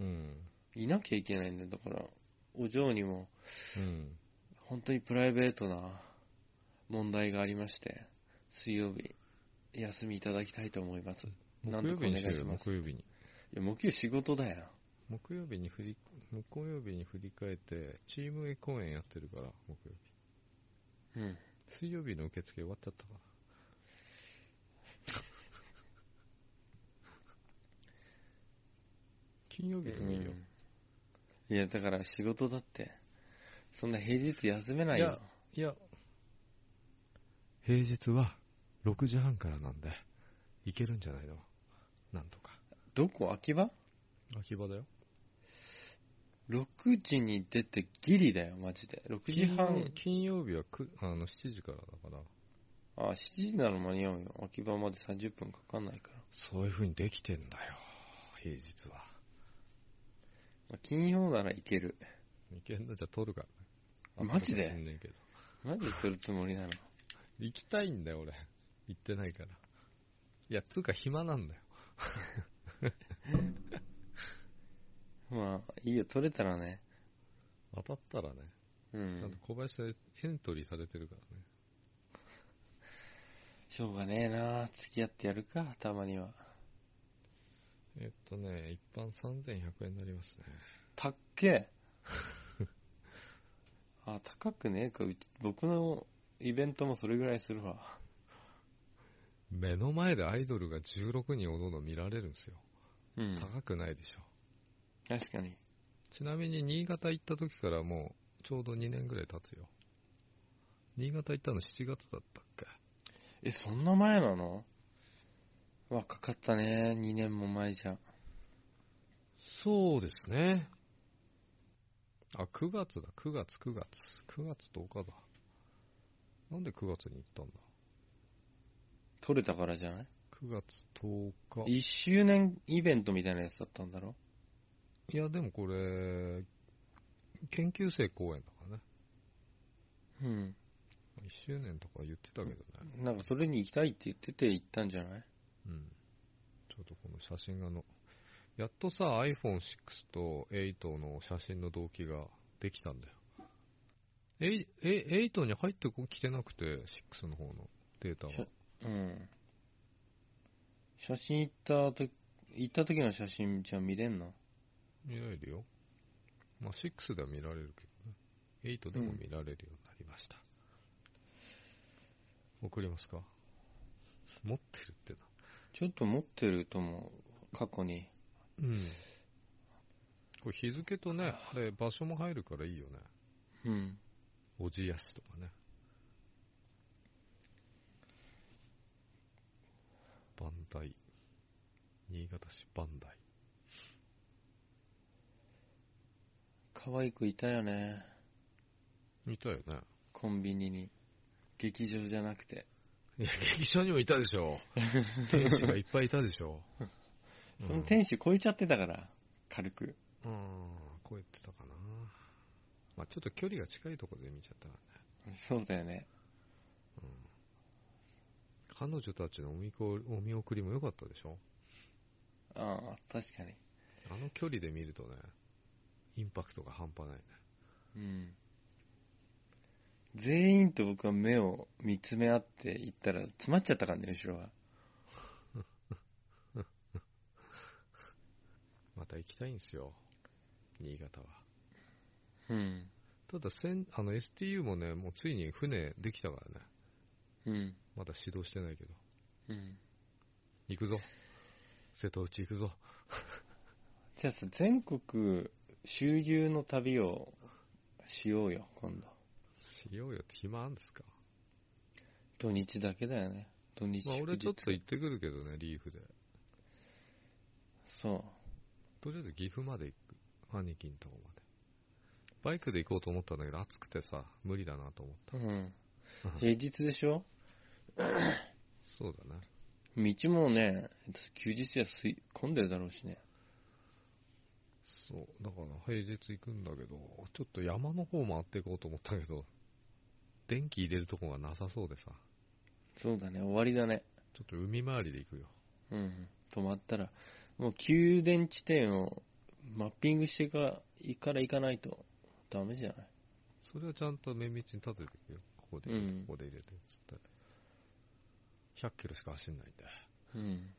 Speaker 2: うん。
Speaker 1: いなきゃいけないんだよ。だから、お嬢にも、
Speaker 2: うん。
Speaker 1: 本当にプライベートな問題がありまして、水曜日、休みいただきたいと思います。いなん
Speaker 2: 木
Speaker 1: とか
Speaker 2: 曜日
Speaker 1: お
Speaker 2: に
Speaker 1: 願い
Speaker 2: し
Speaker 1: してます
Speaker 2: よ、木曜日に。
Speaker 1: や、木曜仕事だよ。
Speaker 2: 木曜日に振り、木曜日に振り返って、チーム A 公演やってるから、木曜日。
Speaker 1: うん。
Speaker 2: 水曜日の受付終わっちゃった <laughs> から。金曜日でもいいよ。
Speaker 1: うんいや、だから仕事だって、そんな平日休めない
Speaker 2: い
Speaker 1: よ
Speaker 2: や。いや、平日は6時半からなんで、行けるんじゃないのなんとか。
Speaker 1: どこ秋葉
Speaker 2: 秋葉だよ。
Speaker 1: 6時に出てギリだよ、マジで。6時半、
Speaker 2: 金曜日はくあの7時からだから、
Speaker 1: あ、7時なら間に合うよ。秋葉まで30分かかんないから。
Speaker 2: そういう風にできてんだよ、平日は。
Speaker 1: まあ金曜ならいける。
Speaker 2: いけんだ、じゃあ撮るからね。
Speaker 1: あマジで
Speaker 2: あ撮るかもしんねえけど
Speaker 1: マジでするつもりなの。
Speaker 2: 行きたいんだよ、俺。行ってないから。いや、つうか暇なんだよ。
Speaker 1: まあ、いいよ、取れたらね。
Speaker 2: 当たったらね、
Speaker 1: う
Speaker 2: ちゃんと
Speaker 1: ん。
Speaker 2: 小林さんエントリーされてるからね。
Speaker 1: しょうがねえな付き合ってやるか、たまには。
Speaker 2: えっとね、一般3100円になりますね。
Speaker 1: たっけ <laughs> あ、高くねえか。うち僕のイベントもそれぐらいするわ。
Speaker 2: 目の前でアイドルが16人おどの見られるんですよ。
Speaker 1: うん。
Speaker 2: 高くないでしょ。
Speaker 1: 確かに。
Speaker 2: ちなみに新潟行った時からもうちょうど2年ぐらい経つよ。新潟行ったの7月だったっけ
Speaker 1: え、そんな前なの若かったね。2年も前じゃん。
Speaker 2: そうですね。あ、9月だ、9月、9月。9月10日だ。なんで9月に行ったんだ
Speaker 1: 取れたからじゃない
Speaker 2: ?9 月10日。
Speaker 1: 1周年イベントみたいなやつだったんだろ
Speaker 2: いや、でもこれ、研究生公演だからね。
Speaker 1: うん。
Speaker 2: 1周年とか言ってたけどね。
Speaker 1: なんかそれに行きたいって言ってて行ったんじゃない
Speaker 2: うん。ちょっとこの写真がの、やっとさ、iPhone6 と8の写真の同期ができたんだよ。え、え、8に入ってこ来てなくて、6の方のデータ
Speaker 1: そ
Speaker 2: は。
Speaker 1: うん。写真行ったと、行った時の写真じゃ見れんの
Speaker 2: 見られるよ。まあ、6では見られるけどね。8でも見られるようになりました。送りますか持ってるってな。
Speaker 1: ちょっと持ってると思う。過去に。
Speaker 2: うん。これ日付とね、あれ場所も入るからいいよね。
Speaker 1: うん。
Speaker 2: おじやすとかね。バンダイ。新潟市バンダイ。
Speaker 1: 可愛い子いたよね。
Speaker 2: いたよね。
Speaker 1: コンビニに。劇場じゃなくて。
Speaker 2: いや、劇場にもいたでし <laughs> ょ。天使がいっぱいいたでし <laughs> ょ。
Speaker 1: その
Speaker 2: 使
Speaker 1: 店主超えちゃってたから。軽く。
Speaker 2: うん、こう言ってたかな。まあちょっと距離が近いところで見ちゃったからね。
Speaker 1: そうだよね。
Speaker 2: 彼女たちのお見こお見送りも良かったでしょ。
Speaker 1: ああ、確かに。
Speaker 2: あの距離で見るとね、インパクトが半端ないね。
Speaker 1: うん。全員と僕は目を見つめ合って行ったら詰まっちゃったからね、後ろは。
Speaker 2: また行きたいんですよ。新潟は。
Speaker 1: うん。
Speaker 2: ただせん、あの STU もね、もうついに船できたからね。
Speaker 1: うん。
Speaker 2: まだ始動してないけど。
Speaker 1: うん。
Speaker 2: 行くぞ。瀬戸内行くぞ。
Speaker 1: じゃあさ、全国周遊の旅をしようよ、今度。
Speaker 2: しようよって暇あんですか
Speaker 1: 土日だけだよね。土日
Speaker 2: まあ
Speaker 1: 祝日。
Speaker 2: 俺ちょっと行ってくるけどね、リーフで。
Speaker 1: そう。
Speaker 2: とりあえず岐阜まで行く。兄貴のとこまで。バイクで行こうと思ったんだけど、暑くてさ、無理だなと思っ
Speaker 1: うん。
Speaker 2: た。
Speaker 1: 平日でしょ
Speaker 2: そうだね。
Speaker 1: 道もね、休日やすい混んでるだろうしね。
Speaker 2: そう、だから平日行くんだけど、ちょっと山の方回っていこうと思ったけど、電気入れるとこがなさそうでさ、
Speaker 1: そうだね、終わりだね。
Speaker 2: ちょっと海回りで行くよ。
Speaker 1: うん。止まったら、もう給電地点をマッピングしてか、いから行かないとダメじゃない
Speaker 2: それはちゃんと綿密に立てていくよ。ここで入れて、
Speaker 1: うん
Speaker 2: ここで入れて、つって。100キロしか走んないんで。
Speaker 1: うん。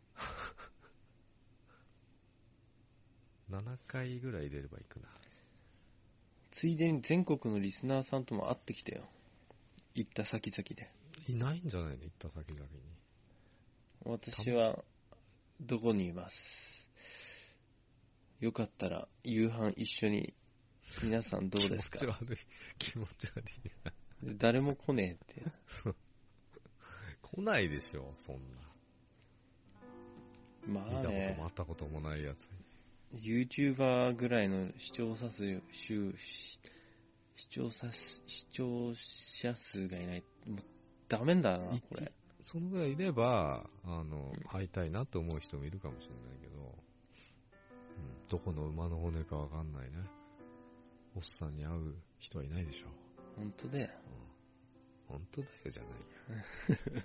Speaker 2: 7回ぐらい入れれば行くな。
Speaker 1: ついでに全国のリスナーさんとも会ってきてよ。行った先々で。
Speaker 2: いないんじゃないの行った先々に。
Speaker 1: 私は、どこにいます。よかったら、夕飯一緒に、皆さんどうです
Speaker 2: 気持
Speaker 1: か
Speaker 2: ち悪い。気持ち悪い。
Speaker 1: 誰も来ねえって。
Speaker 2: 来ないでしょ、そんな。
Speaker 1: ま
Speaker 2: 見
Speaker 1: あ
Speaker 2: たこと
Speaker 1: ね
Speaker 2: もあ、ったこともないやつに。
Speaker 1: YouTuber ぐらいの視聴者数、視視聴者、視聴者数がいない。もうダメだな、これ。
Speaker 2: そのぐらいいれば、あの
Speaker 1: うん、
Speaker 2: 会いたいなと思う人もいるかもしれないけど、うん、どこの馬の骨かわかんないね。おっさんに会う人はいないでしょ。
Speaker 1: 本当だよ。
Speaker 2: うん、本当だよじゃないよ。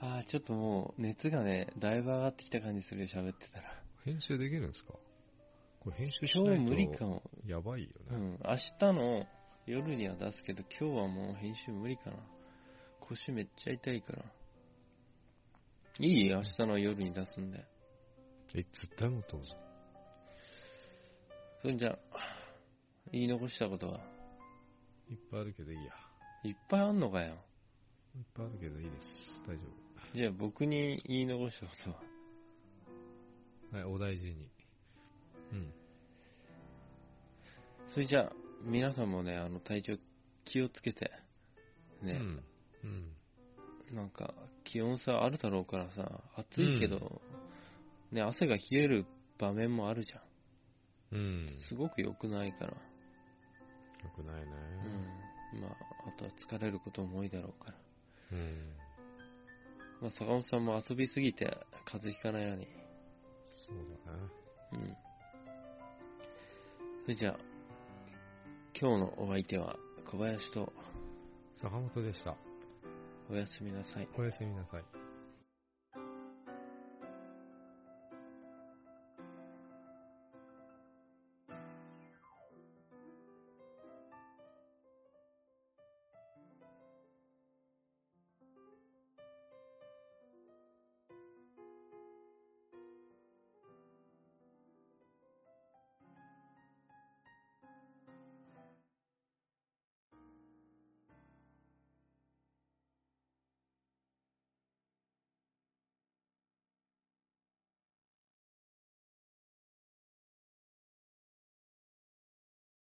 Speaker 1: ああ、ちょっともう、熱がね、だいぶ上がってきた感じするよ、喋ってたら。
Speaker 2: 編集できるんですかこれ編集し
Speaker 1: 今
Speaker 2: な
Speaker 1: 日無
Speaker 2: い
Speaker 1: 理
Speaker 2: と
Speaker 1: かも。
Speaker 2: やばいよ
Speaker 1: う
Speaker 2: ね。
Speaker 1: ん、明日の夜には出すけど、今日はもう編集無理かな。腰めっちゃ痛いから。いい明日の夜に出すんで。
Speaker 2: え、絶対もうどうぞ。
Speaker 1: そんじゃ、言い残したことはい
Speaker 2: っぱいあるけどいいや。
Speaker 1: いっぱいあんのかよ。
Speaker 2: いっぱいあるけどいいです。大丈夫。
Speaker 1: じゃあ僕に言い残したことは。
Speaker 2: はい、お大事に。うん。
Speaker 1: それじゃあ、皆さんもね、あの、体調気をつけて。ね、
Speaker 2: うん。うん。
Speaker 1: なんか、気温差あるだろうからさ、暑いけど、ね、汗が冷える場面もあるじゃ
Speaker 2: うん。
Speaker 1: ん。すごく良くないから。
Speaker 2: よくないね。
Speaker 1: うんまあ、あとは疲れることも多いだろうから。
Speaker 2: うん。
Speaker 1: まあ、坂本さんも遊びすぎて風邪ひかないように。
Speaker 2: そうだね。
Speaker 1: うん。それじゃあ、今日のお相手は小林と
Speaker 2: 坂本でした。
Speaker 1: おやすみなさい。
Speaker 2: おやすみなさい。